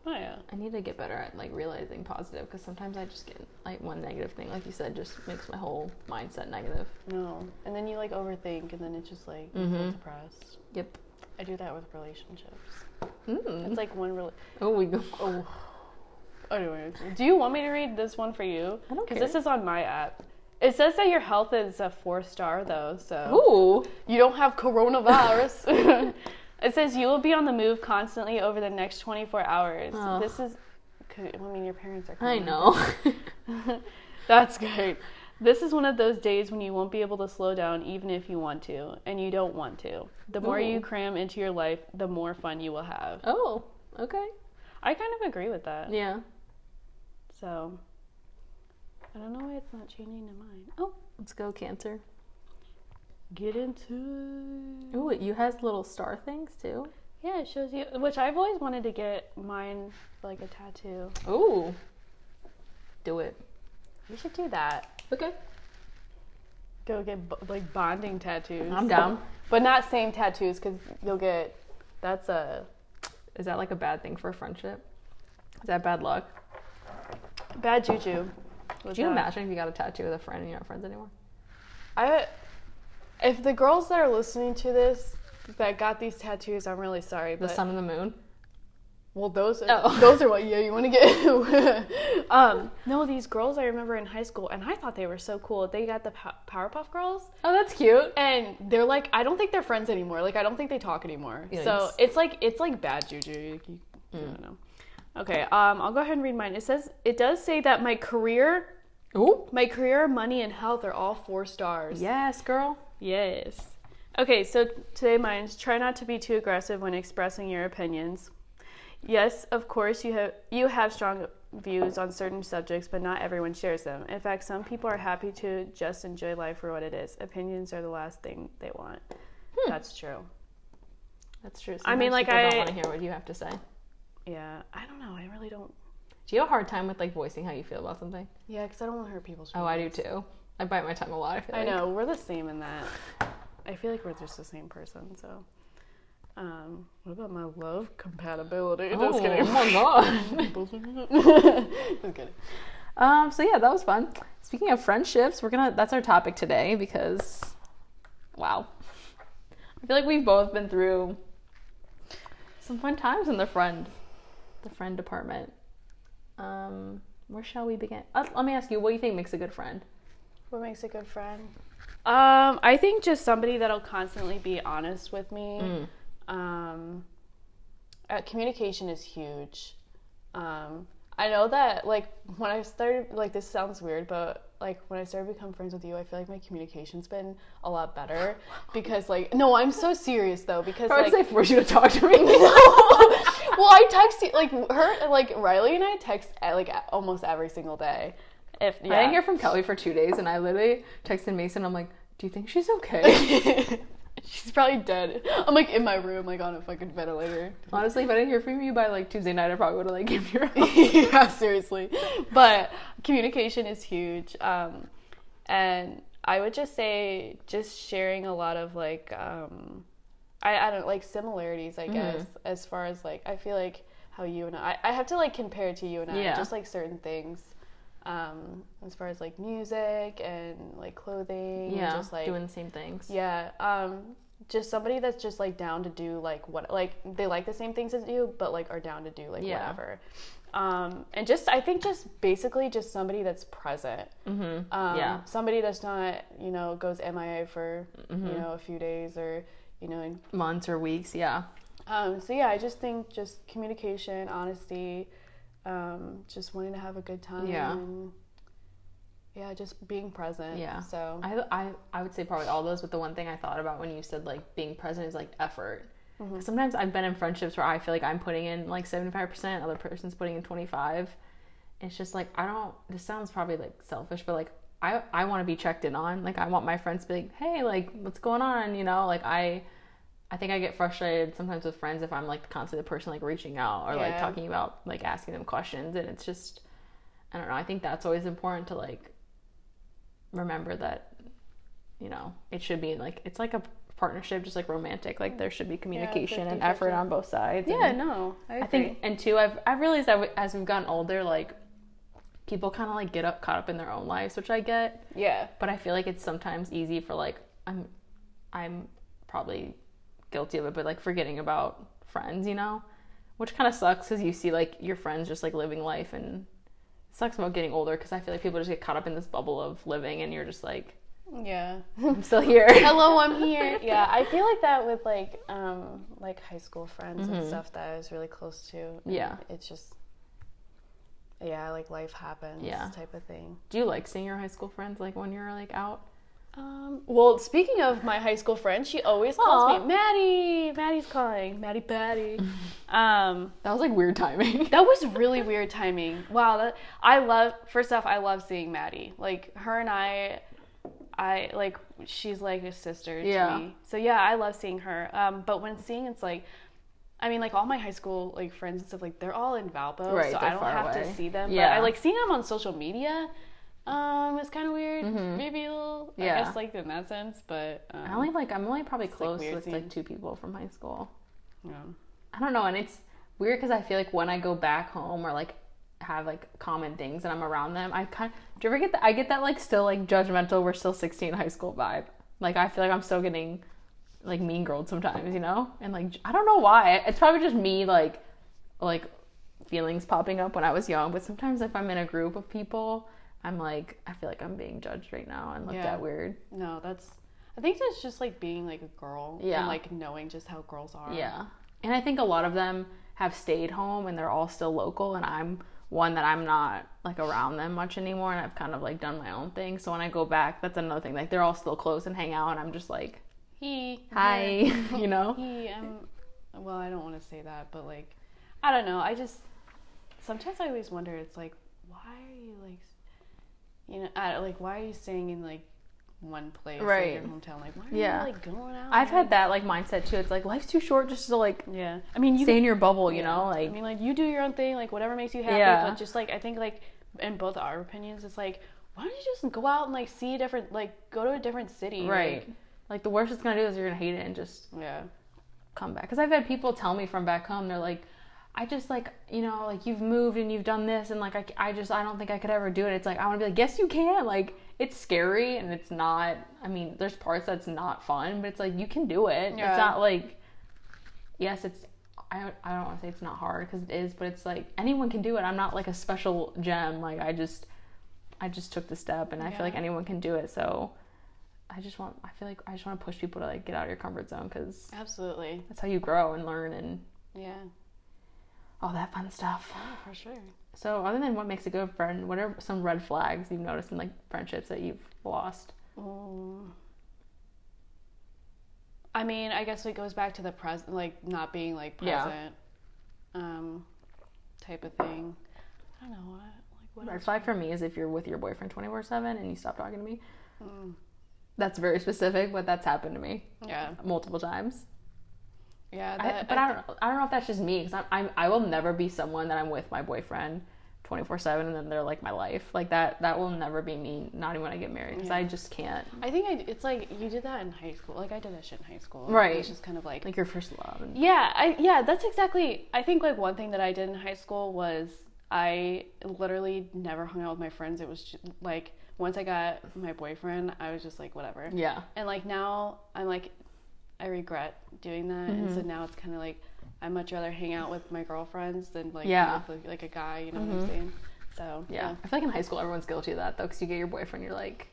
Speaker 2: oh yeah.
Speaker 1: I need to get better at like realizing positive because sometimes I just get like one negative thing, like you said, just makes my whole mindset negative.
Speaker 2: No. And then you like overthink, and then it's just like you feel
Speaker 1: Mhm.
Speaker 2: depressed.
Speaker 1: Yep.
Speaker 2: I do that with relationships.
Speaker 1: Mm.
Speaker 2: It's like one. Re-
Speaker 1: oh, we go.
Speaker 2: oh. Anyway, do you want me to read this one for you?
Speaker 1: I don't care.
Speaker 2: Because this is on my app. It says that your health is a four star though, so.
Speaker 1: Ooh.
Speaker 2: you don't have coronavirus. it says you will be on the move constantly over the next 24 hours.
Speaker 1: Oh.
Speaker 2: This is, 'cause- I mean, your parents are.
Speaker 1: I
Speaker 2: coming.
Speaker 1: know.
Speaker 2: That's great. This is one of those days when you won't be able to slow down even if you want to, and you don't want to. The more
Speaker 1: Ooh.
Speaker 2: you cram into your life, the more fun you will have.
Speaker 1: Oh, okay.
Speaker 2: I kind of agree with that.
Speaker 1: Yeah.
Speaker 2: So I don't know why it's not changing to mine. Oh,
Speaker 1: Let's go, Cancer.
Speaker 2: get into it.
Speaker 1: Ooh, it- you has little star things too.
Speaker 2: Yeah, it shows you which I've always wanted to get mine like a tattoo.
Speaker 1: Ooh. Do it.
Speaker 2: You should do that.
Speaker 1: Okay.
Speaker 2: Go get bo- like bonding tattoos.
Speaker 1: I'm down.
Speaker 2: But not same tattoos cuz you'll get that's a
Speaker 1: Is that like a bad thing for a friendship? Is that bad luck?
Speaker 2: bad juju.
Speaker 1: Could you imagine if you got a tattoo with a friend and you're not friends anymore?
Speaker 2: I if the girls that are listening to this that got these tattoos, I'm really sorry,
Speaker 1: The sun and the moon?
Speaker 2: Well, those are,
Speaker 1: Oh.
Speaker 2: those are what yeah you want to get. um, no, these girls I remember in high school, and I thought they were so cool. They got the Pow- Powerpuff Girls,
Speaker 1: Oh, that's cute.
Speaker 2: and they're like, I don't think they're friends anymore. Like, I don't think they talk anymore. So
Speaker 1: Yikes. Hmm.
Speaker 2: it's like it's like bad juju. You, you, you don't know. Okay, um, I'll go ahead and read mine. It says it does say that my career,
Speaker 1: Ooh.
Speaker 2: my career, money, and health are all four stars.
Speaker 1: Yes, girl.
Speaker 2: Yes. Okay, so today mine's try not to be too aggressive when expressing your opinions. Yes, of course you have you have strong views on certain subjects, but not everyone shares them. In fact, some people are happy to just enjoy life for what it is. Opinions are the last thing they want. That's true.
Speaker 1: That's true.
Speaker 2: I
Speaker 1: Sometimes
Speaker 2: mean, like,
Speaker 1: people
Speaker 2: I-
Speaker 1: don't want to hear what you have to say.
Speaker 2: Yeah, I don't know. I really don't.
Speaker 1: Do you have a hard time with like voicing how you feel about something?
Speaker 2: Yeah, because I don't want to hurt people's.
Speaker 1: Oh, I do too. I bite my tongue a lot. I feel
Speaker 2: I
Speaker 1: like.
Speaker 2: know we're the same in that. I feel like we're just the same person. So, um, what about my love compatibility?
Speaker 1: Oh,
Speaker 2: Just kidding.
Speaker 1: oh my god.
Speaker 2: Just kidding.
Speaker 1: um. So yeah, that was fun. Speaking of friendships, we're gonna. That's our topic today because, wow, I feel like we've both been through some fun times in the friend, the friend department. Um. Where shall we begin? Uh, let me ask you. What do you think makes a good friend?
Speaker 2: What makes a good friend? Um, I think just somebody that'll constantly be honest with me.
Speaker 1: Mm.
Speaker 2: Um, uh, communication is huge. Um, I know that like when I started, like this sounds weird, but like when I started to become friends with you, I feel like my communication's been a lot better because like no, I'm so serious though because
Speaker 1: I
Speaker 2: like
Speaker 1: would say force you to talk to me.
Speaker 2: well, I text you like her like Riley and I text uh, like a- almost every single day. If
Speaker 1: I didn't hear from Kelly for two days, and I literally texted Mason. I'm like, "Do you think she's okay?"
Speaker 2: She's probably dead. I'm like in my room, like on a fucking ventilator.
Speaker 1: Honestly, if I didn't hear from you by like Tuesday night, I probably would have like given you. a-
Speaker 2: yeah, seriously. But communication is huge. Um, and I would just say, just sharing a lot of like, um, I, I don't like similarities,
Speaker 1: Mm-hmm.
Speaker 2: I guess, as far as like, I feel like how you and I, I have to like compare it to you and I,
Speaker 1: Yeah.
Speaker 2: just like certain things. Um, as far as like music and like clothing, and
Speaker 1: Yeah,
Speaker 2: just like
Speaker 1: doing the same things.
Speaker 2: Yeah, um, just somebody that's just like down to do like what like they like the same things as you, but like are down to do like
Speaker 1: Yeah.
Speaker 2: whatever. Um, and just I think just basically just somebody that's present.
Speaker 1: Mm-hmm.
Speaker 2: Um,
Speaker 1: Yeah.
Speaker 2: Somebody that's not you know goes MIA for
Speaker 1: Mm-hmm.
Speaker 2: you know a few days or you know. And,
Speaker 1: Months or weeks. Yeah.
Speaker 2: um, so yeah, I just think just communication, honesty, um, just wanting to have a good time.
Speaker 1: Yeah.
Speaker 2: And, yeah, just being present.
Speaker 1: Yeah.
Speaker 2: So
Speaker 1: I, I I would say probably all those, but the one thing I thought about when you said like being present is like effort. 'Cause Sometimes I've been in friendships where I feel like I'm putting in like 75%, other person's putting in 25. It's just like I don't this sounds probably like selfish, but like I I want to be checked in on. Like I want my friends to be like, "Hey, like what's going on?" you know? Like I I think I get frustrated sometimes with friends if I'm like constantly the person like reaching out or like
Speaker 2: Yeah.
Speaker 1: talking about like asking them questions and it's just I don't know. I think that's always important to like remember that you know it should be like it's like a partnership just like romantic like there should be communication and effort
Speaker 2: 50-50.
Speaker 1: on both sides
Speaker 2: yeah,
Speaker 1: and
Speaker 2: no, I,
Speaker 1: i think and two i've i've realized that w- as we've gotten older like people kind of like get up caught up in their own lives which i get
Speaker 2: yeah.
Speaker 1: but i feel like it's sometimes easy for like i'm i'm probably guilty of it but like forgetting about friends you know which kind of sucks because you see like your friends just like living life and it sucks about getting older because i feel like people just get caught up in this bubble of living and you're just like
Speaker 2: Yeah.
Speaker 1: i'm still here
Speaker 2: Hello, I'm here. Yeah, I feel like that with like um Mm-hmm. like high school friends and stuff that I was really close to. and
Speaker 1: Yeah.
Speaker 2: It's just
Speaker 5: yeah, like life happens
Speaker 1: Yeah.
Speaker 5: type of thing.
Speaker 1: Do you like seeing your high school friends like when you're like out?
Speaker 5: Um, well, speaking of my high school friend, she always calls me Maddie. Maddie's calling. Maddie Patty.
Speaker 2: Um,
Speaker 1: That was like weird timing.
Speaker 2: That was really weird timing. Wow, that, I love. First off, I love seeing Maddie. Like her and I, I like she's like a sister to
Speaker 1: Yeah.
Speaker 2: me. So yeah, I love seeing her. Um, but when seeing it's like, I mean, like all my high school like friends and stuff, like they're all in Valpo,
Speaker 1: Right,
Speaker 2: so
Speaker 1: they're
Speaker 2: I don't
Speaker 1: far
Speaker 2: have
Speaker 1: away.
Speaker 2: to see them.
Speaker 1: Yeah.
Speaker 2: But I like seeing them on social media. Um, it's kind of weird. Maybe a little.
Speaker 1: Mm-hmm. Yeah.
Speaker 2: I guess like in that sense, but um,
Speaker 1: I only like I'm only probably
Speaker 2: like,
Speaker 1: close
Speaker 2: weird
Speaker 1: with
Speaker 2: scene.
Speaker 1: like two people from high school.
Speaker 2: yeah.
Speaker 1: I don't know, and it's weird because I feel like when I go back home or like have like common things and I'm around them, I kind of do you ever get that? I get that like still like judgmental. We're still 16 high school vibe. Like I feel like I'm still getting like mean girled sometimes, you know, and like I don't know why. It's probably just me like like feelings popping up when I was young. But sometimes if I'm in a group of people, I'm like I feel like I'm being judged right now and looked
Speaker 2: Yeah.
Speaker 1: at weird.
Speaker 2: No, that's. I think that's just like being like a girl
Speaker 1: Yeah.
Speaker 2: and like knowing just how girls are.
Speaker 1: Yeah. Um, And I think a lot of them have stayed home and they're all still local and I'm one that I'm not like around them much anymore and I've kind of like done my own thing. So when I go back, that's another thing. Like they're all still close and hang out and I'm just like,
Speaker 2: He.
Speaker 1: "Hi," you know?
Speaker 2: He. Um. Well, I don't want to say that, but like, I don't know. I just sometimes I always wonder. It's like, why are you like, you know, I, like why are you staying in like one place,
Speaker 1: Right.
Speaker 2: Like, your hometown? Like, why are
Speaker 1: Yeah.
Speaker 2: you like going out?
Speaker 1: I've had that like mindset too. It's like life's too short just to like
Speaker 2: Yeah. I mean, you
Speaker 1: stay in your bubble, you know?
Speaker 2: I
Speaker 1: Like
Speaker 2: mean, like you do your own thing, like whatever makes you happy.
Speaker 1: Yeah.
Speaker 2: But just like I think, like in both our opinions, it's like why don't you just go out and like see different, like go to a different city,
Speaker 1: right. Like the worst it's going to do is you're going to hate it and just
Speaker 2: Like, yeah.
Speaker 1: come back because i've had people tell me from back home they're like i just like you know like you've moved and you've done this and like i, I just i don't think i could ever do it it's like i want to be like yes you can like it's scary and it's not i mean there's parts that's not fun but it's like you can do it
Speaker 2: Yeah.
Speaker 1: it's not like yes it's i don't, I don't want to say it's not hard because it is but it's like anyone can do it i'm not like a special gem like i just i just took the step and i feel
Speaker 2: Yeah.
Speaker 1: like anyone can do it so i just want i feel like i just want to push people to like get out of your comfort zone because
Speaker 2: Absolutely.
Speaker 1: that's how you grow and learn and
Speaker 2: Yeah.
Speaker 1: all that fun stuff.
Speaker 2: For sure.
Speaker 1: So, other than what makes a good friend, what are some red flags you've noticed in like friendships that you've lost?
Speaker 2: I mean, I guess it goes back to the present, like not being like
Speaker 1: Yeah.
Speaker 2: present, um, type of thing. I don't know what, like what.
Speaker 1: Red
Speaker 2: else-
Speaker 1: flag for me is if you're with your boyfriend 24 7 and you stop talking to me.
Speaker 2: Mm.
Speaker 1: That's very specific, but that's happened to me
Speaker 2: Yeah.
Speaker 1: multiple times.
Speaker 2: Yeah.
Speaker 1: I-
Speaker 2: That,
Speaker 1: but I, don't. I don't know if that's just me because I'm, I'm. I will never be someone that I'm with my boyfriend, twenty four seven, and then they're like my life. Like that. That will never be me. Not even when I get married because I
Speaker 2: Yeah.
Speaker 1: just can't.
Speaker 2: I think I, it's like you did that in high school. Like I did that shit in high school.
Speaker 1: Right.
Speaker 2: It's just kind of like
Speaker 1: Like your first love. And,
Speaker 2: Yeah, I yeah, that's exactly. I think like one thing that I did in high school was I literally never hung out with my friends. It was just, like once I got my boyfriend, I was just like whatever.
Speaker 1: yeah.
Speaker 2: And like now I'm like I regret doing that, and so
Speaker 1: Mm-hmm.
Speaker 2: now it's kind of like I would much rather hang out with my girlfriends than like
Speaker 1: Yeah. Mm-hmm.
Speaker 2: with, like, like a guy. You know what I'm saying? So
Speaker 1: Yeah. I feel like in high school everyone's guilty of that though, because you get your boyfriend, you're like,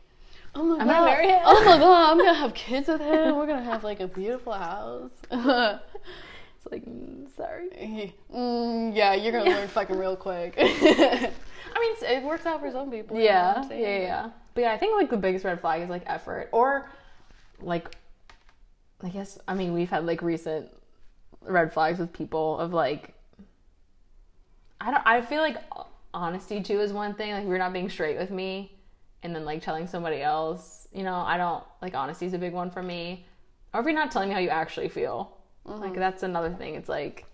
Speaker 2: Oh my
Speaker 1: I'm
Speaker 2: god.
Speaker 1: gonna marry him.
Speaker 2: Oh my god, I'm gonna have kids with him. We're gonna have like a beautiful house.
Speaker 1: it's like, mm, sorry.
Speaker 2: Mm, yeah, you're gonna learn fucking real quick. I mean, it's- it works out for some people. you know what
Speaker 1: Yeah,
Speaker 2: I'm
Speaker 1: yeah,
Speaker 2: saying?
Speaker 1: yeah, But yeah, I think like the biggest red flag is like effort or like, I guess I mean we've had like recent red flags with people of like, I don't. I feel like honesty too is one thing. Like you're not being straight with me, and then like telling somebody else. You know, I don't like honesty is a big one for me. Or if you're not telling me how you actually feel, like
Speaker 2: Mm-hmm.
Speaker 1: that's another thing. It's like.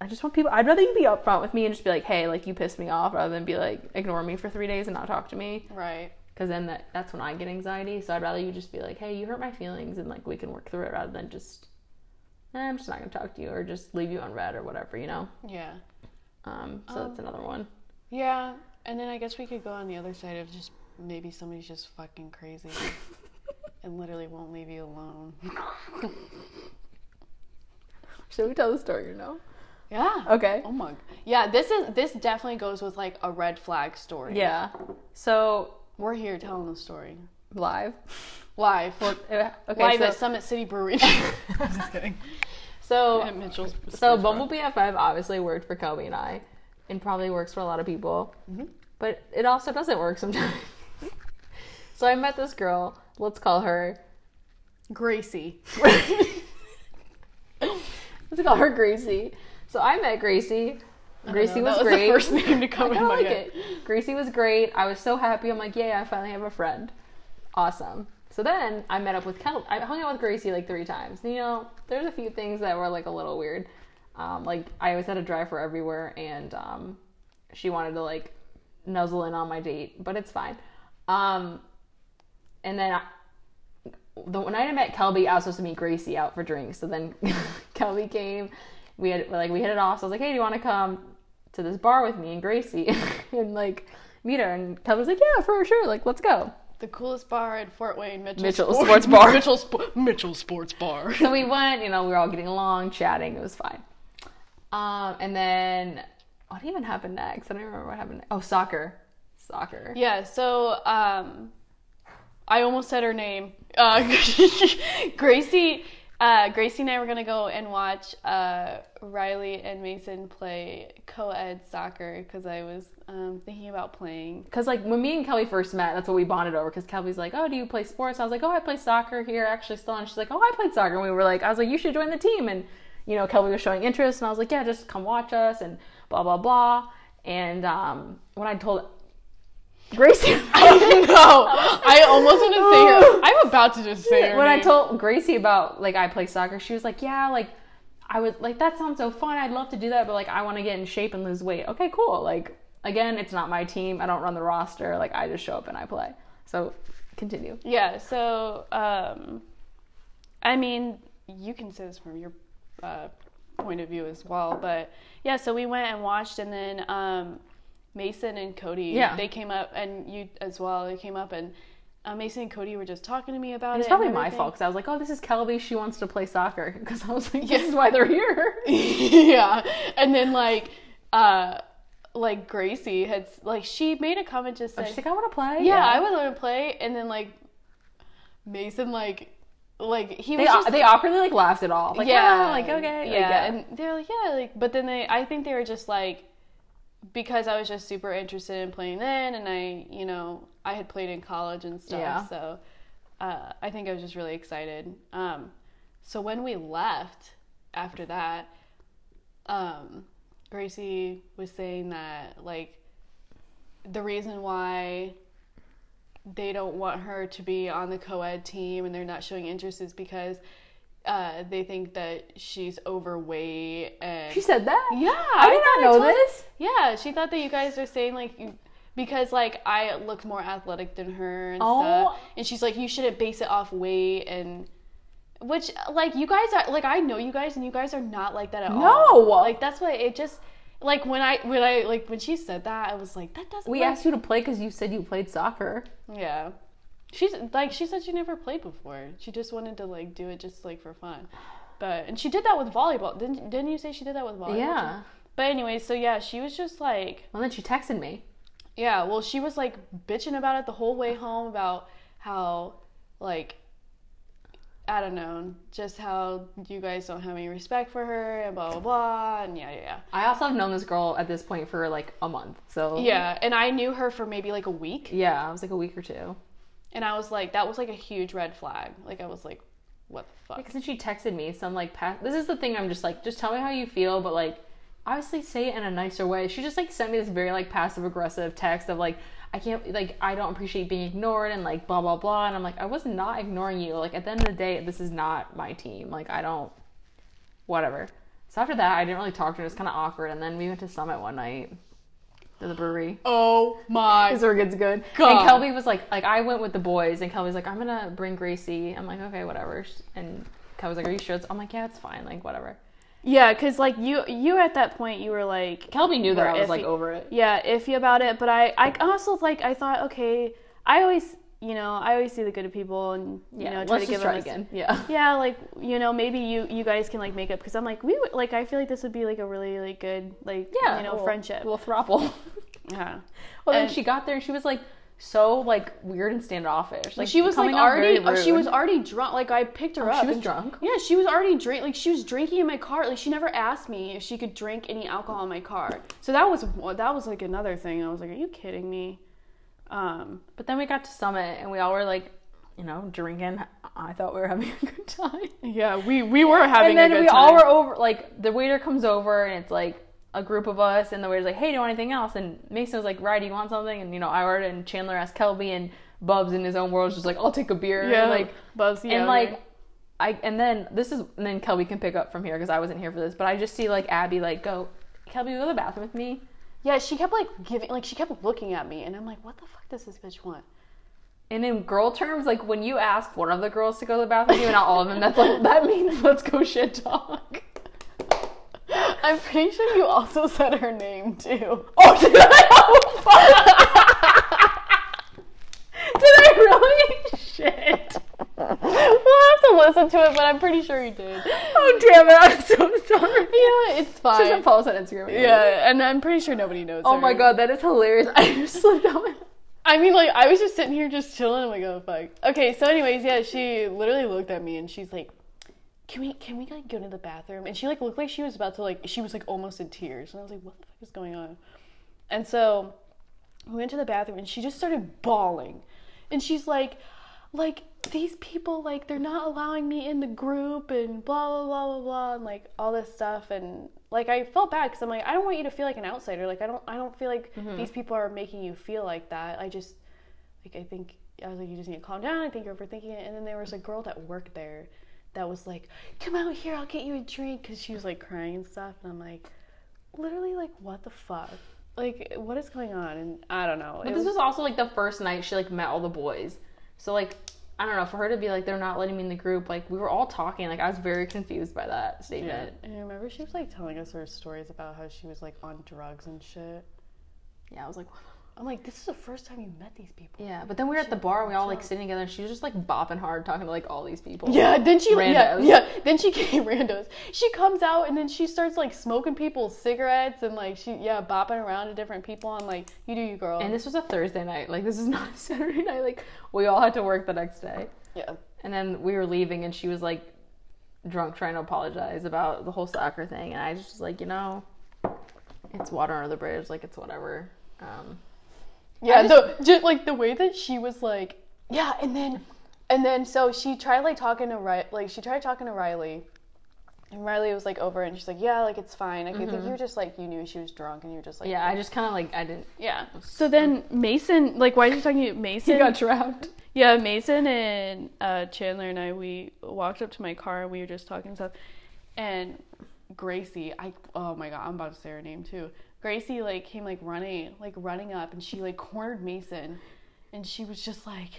Speaker 1: I just want people. I'd rather you be upfront with me and just be like, "Hey, like you pissed me off," rather than be like, "Ignore me for three days and not talk to me,"
Speaker 2: Right.
Speaker 1: because then that, that's when I get anxiety. So I'd rather you just be like, "Hey, you hurt my feelings," and like we can work through it, rather than just, eh, "I'm just not gonna talk to you," or just leave you unread or whatever, you know.
Speaker 2: Yeah.
Speaker 1: Um, so that's another one.
Speaker 2: Yeah. And then I guess we could go on the other side of just maybe somebody's just fucking crazy and literally won't leave you alone.
Speaker 1: Should we tell the story or no?
Speaker 2: Yeah.
Speaker 1: Okay.
Speaker 2: Oh my. Yeah. This is this definitely goes with like a red flag story.
Speaker 1: Yeah. So
Speaker 2: We're here telling the story
Speaker 1: live.
Speaker 2: live.
Speaker 1: eh, Okay.
Speaker 2: live
Speaker 1: so,
Speaker 2: at Summit City Brewery. I'm just kidding.
Speaker 1: so
Speaker 2: At Mitchell's.
Speaker 1: So Bumble BFF obviously worked for Kobe and I, and probably works for a lot of people.
Speaker 6: Mhm.
Speaker 1: But it also doesn't work sometimes. so I met this girl. Let's call her.
Speaker 6: Gracie.
Speaker 1: Let's call her Gracie. So I met Gracie. Gracie
Speaker 6: know,
Speaker 1: was,
Speaker 6: that was
Speaker 1: great.
Speaker 6: the first name to come
Speaker 1: I
Speaker 6: in
Speaker 1: kinda
Speaker 6: my
Speaker 1: like
Speaker 6: head.
Speaker 1: it. Gracie was great. I was so happy. I'm like, yeah, I finally have a friend. Awesome. So then I met up with Kendall. I hung out with Gracie like three times. You know, there's a few things that were like a little weird. Um, like I always had to drive her everywhere, and um, she wanted to like nuzzle in on my date, but it's fine. Um, and then I, the night I met Kelby, I was supposed to meet Gracie out for drinks. So then Kelby came. We had like we hit it off. So I was like, "Hey, do you want to come to this bar with me and Gracie and like meet her?" And Kelby's like, "Yeah, for sure. Like, let's go."
Speaker 2: The coolest bar in Fort Wayne, Mitchell.
Speaker 1: Mitchell
Speaker 2: Sports.
Speaker 1: Sports Bar.
Speaker 6: Mitchell, Sp- Mitchell Sports Bar.
Speaker 1: so we went. You know, we were all getting along, chatting. It was fine. Um, and then what even happened next? I don't even remember what happened. Next. Oh, soccer, soccer.
Speaker 2: Yeah, so um, I almost said her name. Uh, Gracie, uh, Gracie and I were gonna go and watch uh, Riley and Mason play co-ed soccer because I was um, thinking about playing.
Speaker 1: Because, like, when me and Kelly first met, that's what we bonded over. Because Kelly's like, Oh, do you play sports? I was like, Oh, I play soccer here, actually, still. And she's like, Oh, I played soccer. And we were like, I was like, You should join the team. And, you know, Kelly was showing interest. And I was like, Yeah, just come watch us and blah, blah, blah. And um, when I told Gracie,
Speaker 6: no, I almost want to say her. I'm about to just say her.
Speaker 1: when I
Speaker 6: name.
Speaker 1: told Gracie about, like, I play soccer, she was like, Yeah, like, I would, like, that sounds so fun. I'd love to do that. But, like, I want to get in shape and lose weight. Okay, cool. Like, again, it's not my team. I don't run the roster. Like, I just show up and I play. So, continue.
Speaker 2: Yeah, so um, I mean, you can say this from your uh, point of view as well, but yeah, so we went and watched, and then um, Mason and Cody,
Speaker 1: Yeah.
Speaker 2: they came up, and you as well, they came up, and uh, Mason and Cody were just talking to me about
Speaker 1: It's
Speaker 2: it. and
Speaker 1: probably my
Speaker 2: everything.
Speaker 1: fault because I was like, "Oh, this is Kelby. She wants to play soccer." Because I was like, "This is why they're here."
Speaker 2: yeah, and then like, uh, like Gracie had like she made a comment just saying,
Speaker 1: Oh, She's like, "I want to play."
Speaker 2: yeah, I would learn to play, and then like Mason like. Like he
Speaker 1: they
Speaker 2: was just
Speaker 1: they awkwardly like laughed it off. Like, yeah, like okay,
Speaker 2: yeah. And they were like, yeah, like, but then they, I think they were just like, because I was just super interested in playing then, and I, you know, I had played in college and stuff,
Speaker 1: Yeah.
Speaker 2: so uh, I think I was just really excited. Um, so when we left after that, um, Gracie was saying that like the reason why they don't want her to be on the co-ed team and they're not showing interest is because uh, they think that she's overweight and
Speaker 1: she said that.
Speaker 2: yeah
Speaker 1: I did
Speaker 2: thought
Speaker 1: not know
Speaker 2: told-
Speaker 1: this.
Speaker 2: yeah she thought that you guys were saying like you- because like i looked more athletic than her and
Speaker 1: Oh.
Speaker 2: stuff and she's like you shouldn't base it off weight and which like you guys are like i know you guys and you guys are not like that at all
Speaker 1: No.
Speaker 2: like that's why it just like when i when i like when she said that i was like that doesn't
Speaker 1: We
Speaker 2: like,
Speaker 1: asked you to play because you said you played soccer.
Speaker 2: yeah. She's like she said she never played before. She just wanted to like do it just like for fun. But and she did that with volleyball. Didn't didn't you say she did that with volleyball?
Speaker 1: Yeah.
Speaker 2: too? But anyway, so yeah, she was just like
Speaker 1: Well, then she texted me.
Speaker 2: yeah, well she was like bitching about it the whole way home about how like I don't know, just how you guys don't have any respect for her and blah blah blah and yeah yeah yeah.
Speaker 1: I also have known this girl at this point for like a month. So
Speaker 2: Yeah, and I knew her for maybe like a week.
Speaker 1: yeah, it was like a week or two.
Speaker 2: And I was like, that was like a huge red flag. Like I was like, what the fuck?
Speaker 1: Because then she texted me some like past. This is the thing. I'm just like, just tell me how you feel, but like, obviously say it in a nicer way. She just like sent me this very like passive aggressive text of like, I can't like I don't appreciate being ignored and like blah blah blah. And I'm like, I was not ignoring you. Like at the end of the day, this is not my team. Like I don't, whatever. So after that, I didn't really talk to her. It was kind of awkward. And then we went to Summit one night. To the brewery.
Speaker 6: Oh my
Speaker 1: His organ's good.
Speaker 6: God.
Speaker 1: And Kelby was like, like I went with the boys, and Kelby's like, I'm gonna bring Gracie. I'm like, okay, whatever. And Kelby's like, are you sure? It's, I'm like, yeah, it's fine. Like whatever.
Speaker 3: Yeah, because like you, you at that point you were like,
Speaker 1: Kelby knew that
Speaker 3: We're
Speaker 1: I was like
Speaker 3: iffy.
Speaker 1: over it.
Speaker 3: yeah, iffy about it. But I, I also like, I thought, okay, I always, you know, I always see the good of people, and you
Speaker 1: Yeah,
Speaker 3: know, try
Speaker 1: let's
Speaker 3: to
Speaker 1: just
Speaker 3: give
Speaker 1: try
Speaker 3: them a-
Speaker 1: again. Yeah.
Speaker 3: Yeah, like you know, maybe you you guys can like make up because I'm like we would like I feel like this would be like a really like good like
Speaker 1: Yeah.
Speaker 3: you know
Speaker 1: we'll-
Speaker 3: friendship.
Speaker 1: We'll throuple.
Speaker 3: yeah.
Speaker 1: well, then
Speaker 3: And-
Speaker 1: she got there and she was like, so like weird and standoffish. Like
Speaker 2: she was like
Speaker 1: coming off very
Speaker 2: already oh, she
Speaker 1: rude.
Speaker 2: was already drunk like i picked her
Speaker 1: Oh,
Speaker 2: up
Speaker 1: she was
Speaker 2: and
Speaker 1: drunk?
Speaker 2: yeah she was already drink like she was drinking in my car like she never asked me if she could drink any alcohol in my car so that was one- that was like another thing i was like are you kidding me um
Speaker 1: But then we got to Summit and we all were like, you know, drinking. I thought we were having a good time.
Speaker 2: yeah we we were
Speaker 1: and
Speaker 2: having
Speaker 1: then
Speaker 2: a good
Speaker 1: we
Speaker 2: time.
Speaker 1: all were over. Like the waiter comes over and it's like a group of us, and the waiter's like, "Hey, do you want anything else?" And Mason was like, "Rye, do you want something?" And you know, I ordered, and Chandler asked Kelby, and Bubs in his own world was just like, "I'll take a beer."
Speaker 2: yeah
Speaker 1: and, like
Speaker 2: buzz yeah,
Speaker 1: and like I and then this is and then Kelby can pick up from here because I wasn't here for this, but I just see like Abby like go, Kelby, go to the bathroom with me,
Speaker 2: yeah she kept like giving like she kept looking at me and i'm like what the fuck does this bitch want
Speaker 1: And in girl terms, like when you ask one of the girls to go to the bathroom, you and not all of them, that's like that means let's go shit talk.
Speaker 2: i'm pretty sure you also said her name too
Speaker 1: Oh, did I? Oh, fuck. did I really? Shit.
Speaker 2: we'll have to listen to it but i'm pretty sure you did
Speaker 1: Oh damn it! I'm so sorry.
Speaker 2: yeah it's
Speaker 1: She doesn't
Speaker 2: fine
Speaker 1: follow us on Instagram. anymore.
Speaker 2: yeah and i'm pretty sure nobody knows
Speaker 1: Oh
Speaker 2: her.
Speaker 1: my god, that is hilarious. I just slipped out. My-
Speaker 2: I mean, like, I was just sitting here just chilling. I'm like, oh, fuck. Okay, so, anyways, yeah, she literally looked at me and she's like, can we, can we, like, go to the bathroom? And she, like, looked like she was about to, like, she was, like, almost in tears. And I was like, what the fuck is going on? And so we went to the bathroom and she just started bawling. And she's like, like, these people, like, they're not allowing me in the group and blah, blah, blah, blah, blah, and like all this stuff. And like, I felt bad because I'm like, I don't want you to feel like an outsider. Like, I don't, I don't feel like these people are making you feel like that. I just, like, I think, I was like, you just need to calm down. I think you're overthinking it. And then there was a girl that worked there that was like, come out here, I'll get you a drink. Cause she was like crying and stuff. And I'm like, literally, like, what the fuck? Like, what is going on? And I don't know. It
Speaker 1: But this was also like the first night she like met all the boys. So like I don't know, for her to be like they're not letting me in the group, like we were all talking, like I was very confused by that
Speaker 2: Yeah.
Speaker 1: statement.
Speaker 2: And I remember she was like telling us her stories about how she was like on drugs and shit.
Speaker 1: Yeah, I was like,
Speaker 2: I'm like, this is the first time you met these people.
Speaker 1: yeah. But then we were at the bar and we all like sitting together and she was just like bopping hard talking to like all these people.
Speaker 2: Yeah, then she yeah,
Speaker 1: Randos.
Speaker 2: yeah, then she came randos. She comes out and then she starts like smoking people's cigarettes and like she yeah, bopping around to different people. I'm like, you do you girl.
Speaker 1: And this was a Thursday night. Like this is not a Saturday night. Like we all had to work the next day.
Speaker 2: yeah.
Speaker 1: And then we were leaving and she was like drunk trying to apologize about the whole soccer thing and I just was like, you know, it's water under the bridge, like it's whatever. Um
Speaker 2: Yeah, the, just like the way that she was like, yeah, and then, and then so she tried like talking to Riley, like she tried talking to Riley, and Riley was like over, it, and she's like, yeah, like it's fine. Like I think you were just like you knew she was drunk, and you were just like,
Speaker 1: Mm-hmm. yeah, I just kinda like I didn't
Speaker 2: yeah,
Speaker 3: So then Mason, like, why are you talking about Mason?
Speaker 1: trapped.
Speaker 3: Yeah, Mason and uh, Chandler and I, we walked up to my car and we were just talking stuff.
Speaker 2: and Gracie, I oh my god, I'm about to say her name too. Gracie like came like running, like running up, and she like cornered Mason, and she was just like,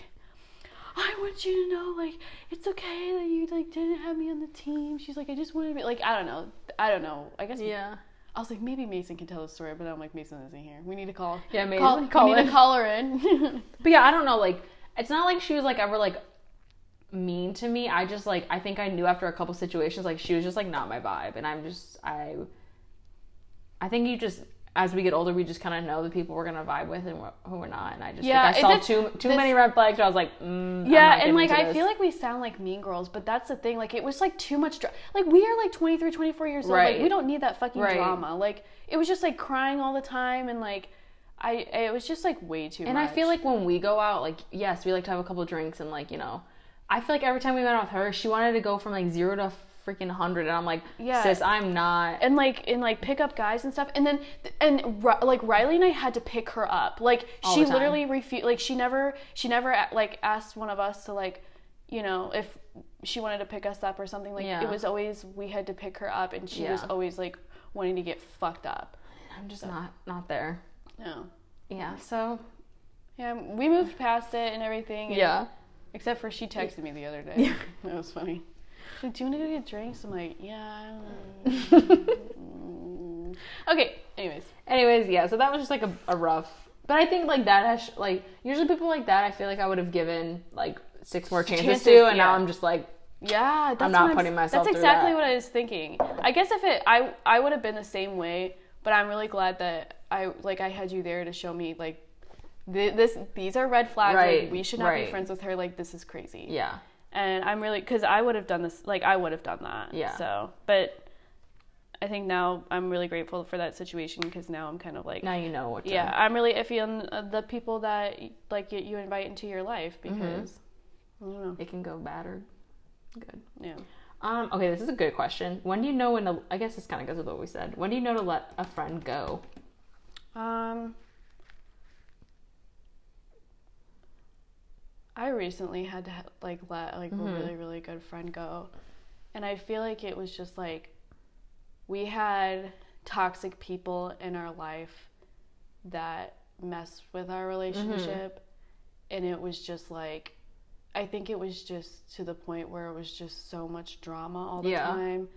Speaker 2: I want you to know like it's okay that you like didn't have me on the team. She's like, I just wanted to be like I don't know, I don't know. I guess
Speaker 1: Yeah.
Speaker 2: I was like maybe Mason can tell the story, but I'm like Mason isn't here. We need to call.
Speaker 1: Yeah, Mason,
Speaker 2: call,
Speaker 1: call
Speaker 2: we need
Speaker 1: in.
Speaker 2: to call her in.
Speaker 1: But yeah, I don't know. Like, it's not like she was like ever like mean to me. I just like I think I knew after a couple situations like she was just like not my vibe, and I'm just I. I think you just as we get older, we just kind of know the people we're gonna vibe with and wh- who we're not. And I just
Speaker 2: Yeah,
Speaker 1: think I
Speaker 2: it
Speaker 1: saw
Speaker 2: just-
Speaker 1: too too
Speaker 2: this-
Speaker 1: many red flags. where I was like, mm,
Speaker 2: Yeah, and like I feel like we sound like mean girls, but that's the thing. Like it was like too much dra- like we are like 23, 24 years old.
Speaker 1: Right.
Speaker 2: Like we don't need that fucking
Speaker 1: Right.
Speaker 2: drama. Like it was just like crying all the time and like I it was just like way too
Speaker 1: And
Speaker 2: much.
Speaker 1: I feel like when we go out, like yes, we like to have a couple drinks and like you know, I feel like every time we went out with her, she wanted to go from like zero to freaking hundred, and I'm like,
Speaker 2: Yeah.
Speaker 1: sis, I'm not.
Speaker 2: and like and like pick up guys and stuff and then and Ri- like Riley and I had to pick her up. Like
Speaker 1: the
Speaker 2: she
Speaker 1: time.
Speaker 2: literally refused like she never she never a- like asked one of us to like you know if she wanted to pick us up or something like
Speaker 1: Yeah.
Speaker 2: it was always we had to pick her up and she was
Speaker 1: Yeah.
Speaker 2: always like wanting to get fucked up.
Speaker 1: I'm just not not there.
Speaker 2: No.
Speaker 1: Yeah. So
Speaker 2: Yeah, we moved past it and everything. and-
Speaker 1: yeah.
Speaker 2: Except for she texted me the other day. that was funny. She's like, do you want to go get drinks? I'm like, yeah. I don't know." okay. Anyways.
Speaker 1: Anyways, yeah. So that was just like a, a rough. But I think like that has like usually people like that. I feel like I would have given like six more chances,
Speaker 2: Chances,
Speaker 1: to, and now
Speaker 2: yeah.
Speaker 1: I'm just like
Speaker 2: Yeah, that's
Speaker 1: not
Speaker 2: what
Speaker 1: putting myself
Speaker 2: That's
Speaker 1: through
Speaker 2: exactly
Speaker 1: that.
Speaker 2: what I was thinking. I guess if it, I I would have been the same way, but I'm really glad that I like I had you there to show me like th- this these are red flags.
Speaker 1: Right,
Speaker 2: Like, we should not
Speaker 1: right.
Speaker 2: be friends with her. Like this is crazy.
Speaker 1: Yeah.
Speaker 3: and I'm really because I would have done this, like I would have done that.
Speaker 1: Yeah.
Speaker 3: So, but I think now I'm really grateful for that situation because now I'm kind of like,
Speaker 1: Now you know what to
Speaker 3: yeah, I'm really iffy on uh, the people that like you, you invite into your life
Speaker 1: Mm-hmm.
Speaker 3: because I don't know.
Speaker 1: It can go battered. Good.
Speaker 3: Yeah.
Speaker 1: Um, okay, this is a good question. When do you know when to? I guess this kind of goes with what we said. When do you know to let a friend go?
Speaker 3: Um,
Speaker 2: I recently had to ha- like let like
Speaker 1: Mm-hmm.
Speaker 2: a really really good friend go, and I feel like it was just like we had toxic people in our life that messed with
Speaker 1: Mm-hmm.
Speaker 2: our relationship, and it was just like I think it was just to the point where it was just so much drama all the
Speaker 1: Yeah.
Speaker 2: time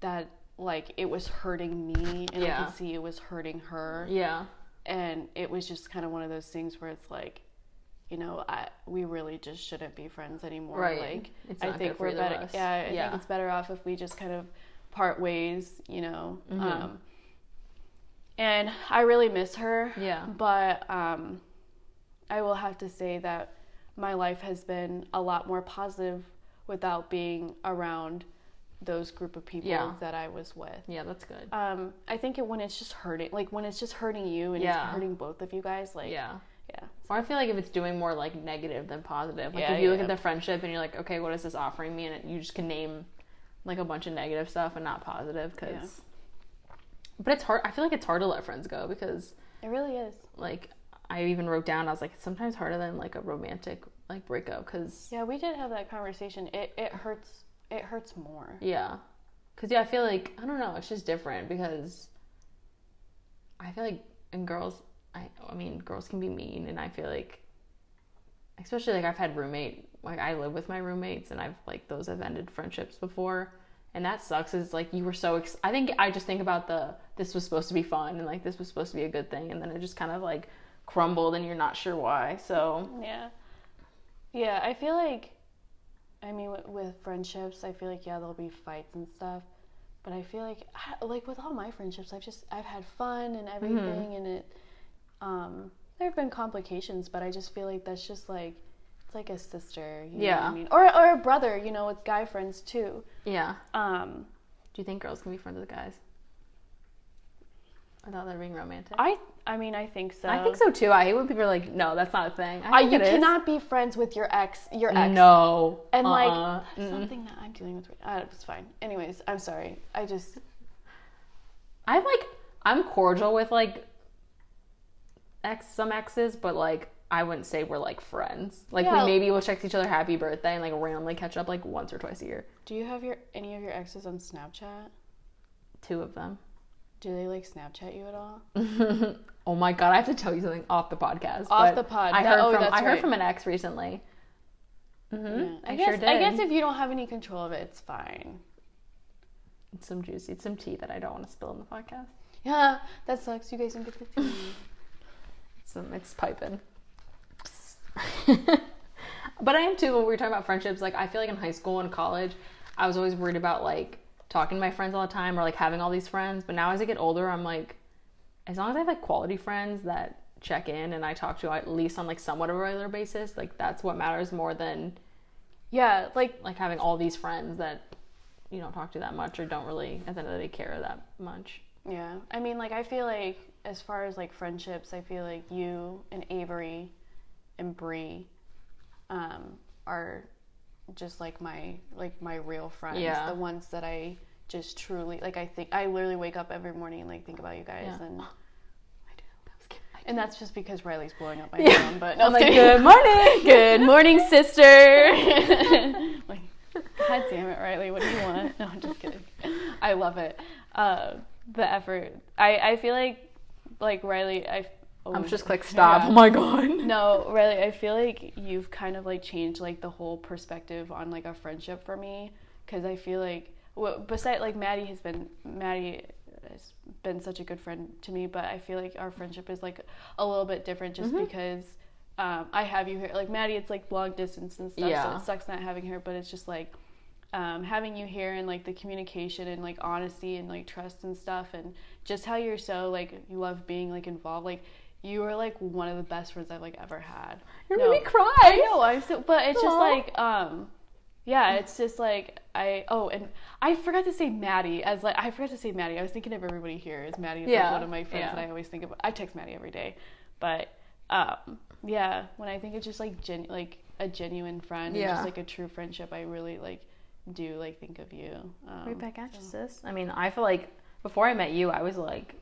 Speaker 2: that like it was hurting me and I
Speaker 1: Yeah.
Speaker 2: could see it was hurting her
Speaker 1: Yeah.
Speaker 2: and it was just kind of one of those things where it's like you know I, we really just shouldn't be friends anymore
Speaker 1: Right.
Speaker 2: like
Speaker 1: It's
Speaker 2: i
Speaker 1: not
Speaker 2: think
Speaker 1: good for
Speaker 2: we're
Speaker 1: either
Speaker 2: better
Speaker 1: of us.
Speaker 2: yeah i
Speaker 1: Yeah.
Speaker 2: think it's better off if we just kind of part ways you know
Speaker 1: Mm-hmm.
Speaker 2: um,
Speaker 3: and I really miss her.
Speaker 1: Yeah.
Speaker 2: but um, i will have to say that my life has been a lot more positive without being around those group of people
Speaker 1: Yeah.
Speaker 2: that i was with
Speaker 1: Yeah, that's good.
Speaker 2: um, i think it, when it's just hurting like when it's just hurting you and
Speaker 1: Yeah.
Speaker 2: it's hurting both of you guys like
Speaker 1: yeah.
Speaker 2: yeah.
Speaker 1: Or I feel like if it's doing more like negative than positive, like
Speaker 2: Yeah,
Speaker 1: if you look
Speaker 2: yeah.
Speaker 1: at the friendship and you're like, okay, what is this offering me? And it, you just can name like a bunch of negative stuff and not positive because. But it's hard. I feel like it's hard to let friends go because
Speaker 2: it really is
Speaker 1: like I even wrote down I was like it's sometimes harder than like a romantic like breakup because
Speaker 2: Yeah, we did have that conversation. It it hurts it hurts more.
Speaker 1: yeah because yeah I feel like I don't know it's just different because I feel like and girls I I mean girls can be mean and I feel like especially like I've had roommate like I live with my roommates and I've like those have ended friendships before and that sucks is like you were so ex- I think I just think about the this was supposed to be fun and like this was supposed to be a good thing and then it just kind of like crumbled and you're not sure why so
Speaker 2: Yeah. Yeah, I feel like I mean with, with friendships, I feel like yeah, there'll be fights and stuff, but I feel like I- like with all my friendships, I've just I've had fun and
Speaker 1: Mm-hmm.
Speaker 2: everything and it um there've been complications, but I just feel like that's just like it's like a sister, you know what
Speaker 1: Yeah.
Speaker 2: I mean? Or or a brother, you know, with guy friends too.
Speaker 1: yeah
Speaker 2: Um
Speaker 1: Do you think girls can be friends with guys? Without that being romantic?
Speaker 3: I I mean I think so.
Speaker 1: I think so too. I hate when people are like, no, that's not a thing.
Speaker 2: I,
Speaker 1: I think
Speaker 2: you
Speaker 1: it is.
Speaker 2: cannot be friends with your ex, your ex.
Speaker 1: No.
Speaker 2: And
Speaker 1: Uh-uh.
Speaker 2: like that's something that I'm dealing with. Right uh, it's fine. Anyways, I'm sorry. I just
Speaker 1: I like, I'm cordial with like ex, some exes, but like, I wouldn't say we're like friends. Like,
Speaker 2: Yeah.
Speaker 1: we maybe will text each other happy birthday and like randomly catch up like once or twice a year.
Speaker 2: do you have your any of your exes on Snapchat?
Speaker 1: Two of them.
Speaker 2: Do they like Snapchat you at all?
Speaker 1: Oh my god, I have to tell you something off the podcast.
Speaker 2: Off
Speaker 1: but
Speaker 2: the pod.
Speaker 1: I
Speaker 2: That-
Speaker 1: heard
Speaker 2: oh,
Speaker 1: from
Speaker 2: that's
Speaker 1: I heard
Speaker 2: right.
Speaker 1: from an ex recently.
Speaker 2: Yeah, I,
Speaker 1: Mm-hmm. I
Speaker 2: guess
Speaker 1: sure
Speaker 2: I
Speaker 1: did.
Speaker 2: guess if you don't have any control of it, it's fine.
Speaker 1: It's some juicy, it's some tea that I don't want to spill in the podcast.
Speaker 2: Yeah, that sucks. You guys don't get the tea.
Speaker 1: Some it's piping. but I am too. When we were talking about friendships, like I feel like in high school and college, I was always worried about like talking to my friends all the time or like having all these friends. But now as I get older, I'm like, as long as I have like quality friends that check in and I talk to at least on like somewhat of a regular basis, like that's what matters more than
Speaker 3: yeah, like
Speaker 1: like having all these friends that you don't talk to that much or don't really at the end of the day care that much.
Speaker 2: yeah. I mean like I feel like as far as like friendships, I feel like you and Avery and Bree um are just like my like my real friends.
Speaker 1: Yeah.
Speaker 2: The ones that I just truly like I think I literally wake up every morning and like think about you guys
Speaker 1: Yeah.
Speaker 2: and
Speaker 1: I do. That was good.
Speaker 2: And that's just because Riley's blowing up my phone. But no,
Speaker 1: I'm
Speaker 2: I'm
Speaker 1: like,
Speaker 2: kidding.
Speaker 1: good morning.
Speaker 3: good morning, sister.
Speaker 2: like, God damn it, Riley! What do you want? No, I'm just kidding. I love it.
Speaker 3: uh, the effort. I I feel like like Riley. I oh,
Speaker 1: I'm just click stop. Oh my god.
Speaker 3: no Riley. I feel like you've kind of like changed like the whole perspective on like a friendship for me because I feel like well, besides like Maddie has been Maddie has been such a good friend to me, but I feel like our friendship is like a little bit different just because. Um, I have you here, like Maddie. It's like long distance and stuff,
Speaker 1: Yeah.
Speaker 3: so it sucks not having her. But it's just like um, having you here and like the communication and like honesty and like trust and stuff and just how you're so like you love being like involved like
Speaker 2: you are like one of the best friends I've like ever had.
Speaker 1: You're
Speaker 2: No.
Speaker 1: making me cry.
Speaker 2: I know, I'm so, but it's just
Speaker 1: Aw.
Speaker 2: like, um, yeah, it's just like I. Oh, and I forgot to say Maddie as like I forgot to say Maddie. I was thinking of everybody here as Maddie is
Speaker 1: Yeah,
Speaker 2: like one of my friends
Speaker 1: yeah.
Speaker 2: that I always think of. I text Maddie every day, but um, yeah, when I think it's just like gen like a genuine friend, and
Speaker 1: Yeah.
Speaker 2: just like a true friendship, I really like do like think of you. Um,
Speaker 1: Right back at you, sis. I mean, I feel like before I met you, I was like,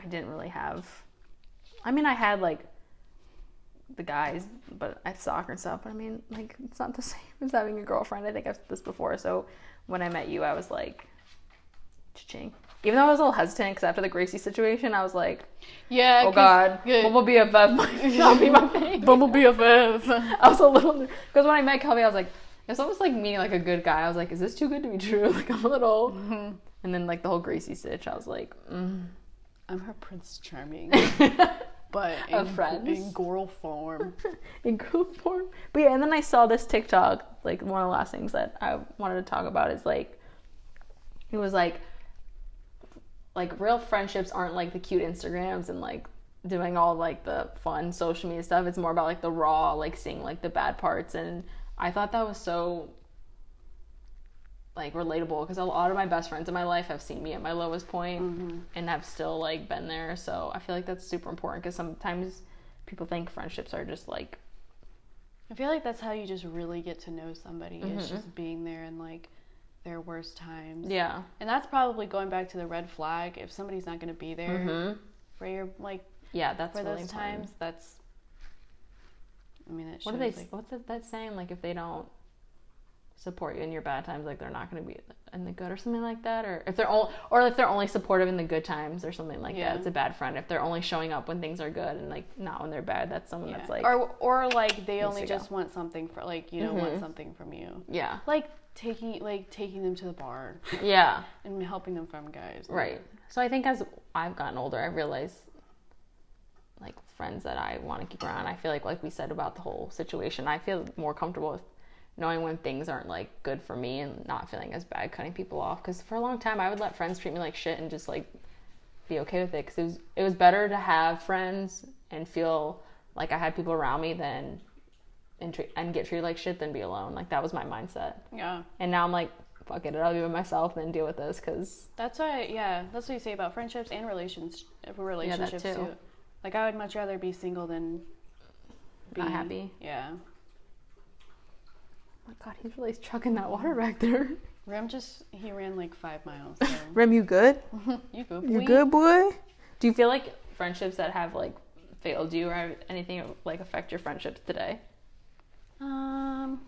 Speaker 1: I didn't really have. I mean, I had like the guys, but at soccer and stuff. But I mean, like, it's not the same as having a girlfriend. I think I've said this before. So when I met you, I was like, cha-ching. Even though I was a little hesitant because after the Gracie situation, I was like,
Speaker 2: yeah.
Speaker 1: oh
Speaker 2: 'cause-
Speaker 1: God,
Speaker 2: yeah.
Speaker 1: what will be above my, not be my thing.
Speaker 2: Bumblebee of Ev.
Speaker 1: I was a little because when I met Kelby, I was like, it's almost like meeting like a good guy. I was like, is this too good to be true? Like I'm a little, and then like the whole Gracie stitch, I was like, mm.
Speaker 2: I'm her Prince Charming, but
Speaker 1: Of
Speaker 2: in,
Speaker 1: friends.
Speaker 2: in girl form.
Speaker 1: in group form. But yeah, and then I saw this TikTok. Like one of the last things that I wanted to talk about is like, it was like, like real friendships aren't like the cute Instagrams and like doing all like the fun social media stuff. It's more about like the raw, like seeing like the bad parts. And I thought that was so like relatable because a lot of my best friends in my life have seen me at my lowest point
Speaker 2: Mm.
Speaker 1: and have still like been there so i feel like that's super important because sometimes people think friendships are just like
Speaker 2: I feel like that's how you just really get to know somebody is just being there in like their worst times.
Speaker 1: Mm-hmm. yeah
Speaker 2: And that's probably going back to the red flag. If somebody's not going to be there
Speaker 1: Mm-hmm.
Speaker 2: for your like
Speaker 1: yeah that's
Speaker 2: Mm-hmm. for
Speaker 1: really
Speaker 2: those
Speaker 1: important.
Speaker 2: times, that's. I mean, that
Speaker 1: what are
Speaker 2: shows,
Speaker 1: they
Speaker 2: like,
Speaker 1: what's that, that saying like if they don't support you in your bad times like they're not going to be in the good or something like that or if they're only or if they're only supportive in the good times or something like
Speaker 2: Yeah.
Speaker 1: that it's a bad friend if they're only showing up when things are good and like not when they're bad that's someone
Speaker 2: yeah.
Speaker 1: that's like
Speaker 2: or or like they only
Speaker 1: to go.
Speaker 2: just want something for like you know
Speaker 1: Mm-hmm.
Speaker 2: want something from you,
Speaker 1: yeah
Speaker 2: like taking like taking them to the bar
Speaker 1: yeah
Speaker 2: and helping them from guys.
Speaker 1: Right. So I think as I've gotten older, I realize like friends that I want to keep around. I feel like like we said about the whole situation, I feel more comfortable with knowing when things aren't like good for me and not feeling as bad cutting people off cuz for a long time I would let friends treat me like shit and just like be okay with it cuz it was it was better to have friends and feel like I had people around me than and, treat, and get treated like shit than be alone. Like that was my mindset.
Speaker 2: Yeah.
Speaker 1: And now I'm like fuck it, I'll be by myself and deal with this cuz
Speaker 2: That's why, yeah, that's what you say about friendships and relations, uh, relationships
Speaker 1: too.
Speaker 2: too. Like, I would much rather be single than be
Speaker 1: Not happy.
Speaker 2: Yeah,
Speaker 1: my god, he's really chugging that water back there.
Speaker 2: Rem just he ran like five miles. So
Speaker 6: Rem, you good?
Speaker 2: you go.
Speaker 6: You good, boy?
Speaker 1: Do you feel like friendships that have like failed you or have anything like affect your friendships today?
Speaker 2: Um,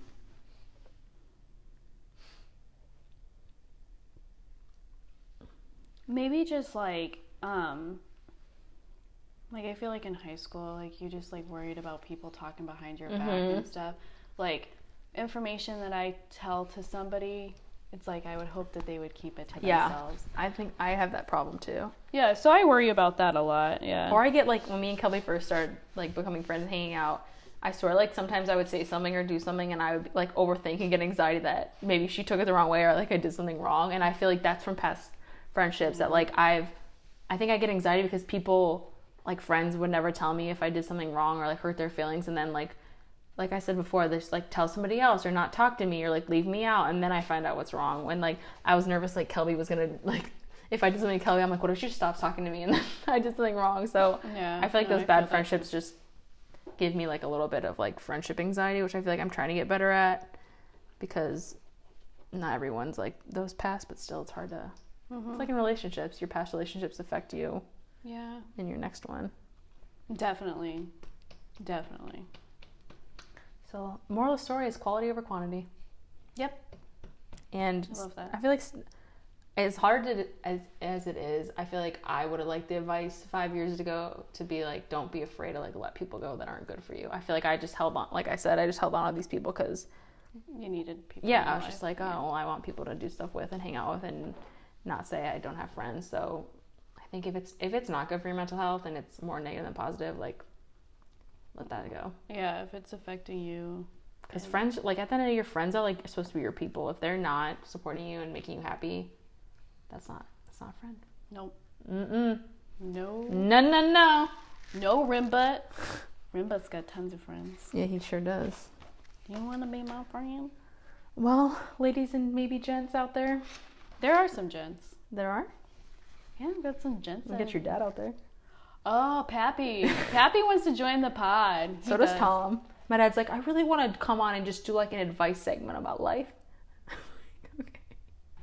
Speaker 2: maybe just like um, like I feel like in high school, like you just like worried about people talking behind your back and stuff. Like information that I tell to somebody, it's like I would hope that they would keep it to
Speaker 1: Yeah.
Speaker 2: themselves.
Speaker 1: I think I have that problem too.
Speaker 2: Yeah, so I worry about that a lot. Yeah.
Speaker 1: Or I get like when me and Kelby first started like becoming friends and hanging out, I swear like sometimes I would say something or do something and I would like overthink and get anxiety that maybe she took it the wrong way or like I did something wrong and I feel like that's from past friendships that like I've I think I get anxiety because people like friends would never tell me if I did something wrong or like hurt their feelings and then like like I said before, they just like tell somebody else or not talk to me or like leave me out and then I find out what's wrong. When like I was nervous like Kelby was gonna like if I did something to Kelby, I'm like, what if she just stops talking to me and then I did something wrong? So
Speaker 2: Yeah,
Speaker 1: I feel like
Speaker 2: no,
Speaker 1: those
Speaker 2: I feel
Speaker 1: bad
Speaker 2: that.
Speaker 1: friendships just give me like a little bit of like friendship anxiety, which I feel like I'm trying to get better at because not everyone's like those past, but still it's hard to
Speaker 2: Mm-hmm,
Speaker 1: it's like in relationships, your past relationships affect you
Speaker 2: yeah,
Speaker 1: in your next one.
Speaker 2: definitely, definitely.
Speaker 1: So moral of the story is quality over quantity.
Speaker 2: Yep.
Speaker 1: And
Speaker 2: I love that.
Speaker 1: I feel like s- as hard to, as as it is, I feel like I would have liked the advice five years ago to be like, don't be afraid to like let people go that aren't good for you. I feel like I just held on, like I said, I just held on to these people because
Speaker 2: You needed people.
Speaker 1: yeah,
Speaker 2: in your
Speaker 1: I was just
Speaker 2: life.
Speaker 1: like, oh, well, I want people to do stuff with and hang out with and not say I don't have friends. So I think if it's if it's not good for your mental health and it's more negative than positive, like let that go.
Speaker 2: yeah, if it's affecting you,
Speaker 1: Because friends, like at the end of the day, your friends are like supposed to be your people. If they're not supporting you and making you happy, that's not that's not a friend.
Speaker 2: Nope.
Speaker 1: Mm mm.
Speaker 2: No.
Speaker 1: No no no.
Speaker 2: No Rimba. Rimba's got tons of friends.
Speaker 1: Yeah, he sure does.
Speaker 2: You want to be my friend?
Speaker 1: Well, ladies and maybe gents out there,
Speaker 2: There are some gents.
Speaker 1: there are.
Speaker 2: Yeah, I've got some gents. out
Speaker 1: Get your dad out there.
Speaker 2: Oh, Pappy. Pappy wants to join the pod. He
Speaker 1: So does Tom. My dad's like, I really want to come on and just do like an advice segment about life.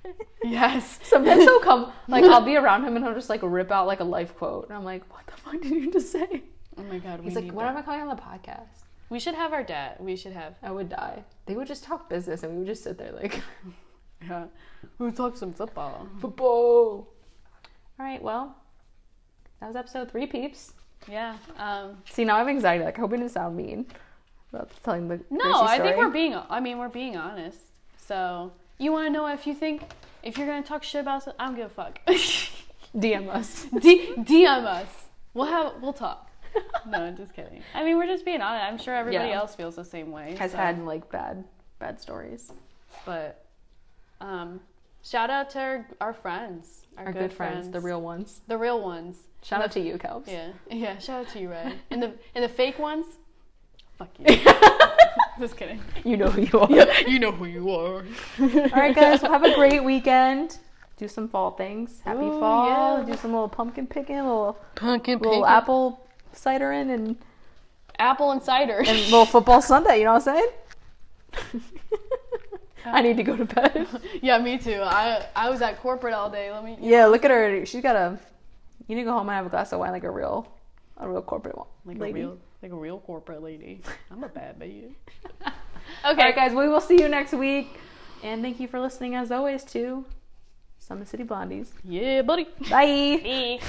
Speaker 2: Yes.
Speaker 1: Sometimes he'll come, like I'll be around him and he'll just like rip out like a life quote, and I'm like, what the fuck did you just say?
Speaker 2: Oh my God. We
Speaker 1: He's like,
Speaker 2: need
Speaker 1: when
Speaker 2: that.
Speaker 1: am I coming on the podcast?
Speaker 2: We should have our debt. We should have.
Speaker 1: I would die. They would just talk business, and we would just sit there like
Speaker 2: Yeah. We talk some football.
Speaker 1: football. All right, well, that was episode three, peeps.
Speaker 2: Yeah. Um,
Speaker 1: See, now I'm anxiety. Like, I hope it didn't sound mean about telling the
Speaker 2: no,
Speaker 1: Gracie
Speaker 2: I think
Speaker 1: story.
Speaker 2: we're being. I mean, we're being honest. So you want to know if you think if you're gonna talk shit about us, I don't give a fuck.
Speaker 1: DM us.
Speaker 2: D- DM us. We'll have. We'll talk. No, just kidding. I mean, we're just being honest. I'm sure everybody
Speaker 1: Yeah.
Speaker 2: else feels the same way.
Speaker 1: Has
Speaker 2: so-
Speaker 1: had like bad, bad stories.
Speaker 2: but um, shout out to our, our friends,
Speaker 1: Our good, friends, the real ones.
Speaker 2: the real ones.
Speaker 1: Shout out to you, Kelps.
Speaker 2: Yeah, yeah. Shout out to you, Red. And the and the fake ones. Fuck you. Just kidding.
Speaker 1: You know who you are.
Speaker 7: You know who you are.
Speaker 1: All right, guys. Well, have a great weekend. Do some fall things. Happy
Speaker 2: Ooh,
Speaker 1: fall.
Speaker 2: yeah.
Speaker 1: Do some little pumpkin picking, little
Speaker 7: Pumpkin
Speaker 1: little apple cider in, and,
Speaker 2: Apple and cider.
Speaker 1: and little football Sunday. You know what I'm saying? I need to go to bed.
Speaker 2: yeah, me too. I I was at corporate all day. Let me.
Speaker 1: Yeah, look at her. She's got a. You need to go home and have a glass of wine, like a real, a real corporate one.
Speaker 7: Like
Speaker 1: lady.
Speaker 7: a real, like a real corporate lady. I'm a bad bitch.
Speaker 1: Okay, guys. We will see you next week, and thank you for listening as always to Summit City Blondies.
Speaker 7: Yeah, buddy.
Speaker 1: Bye.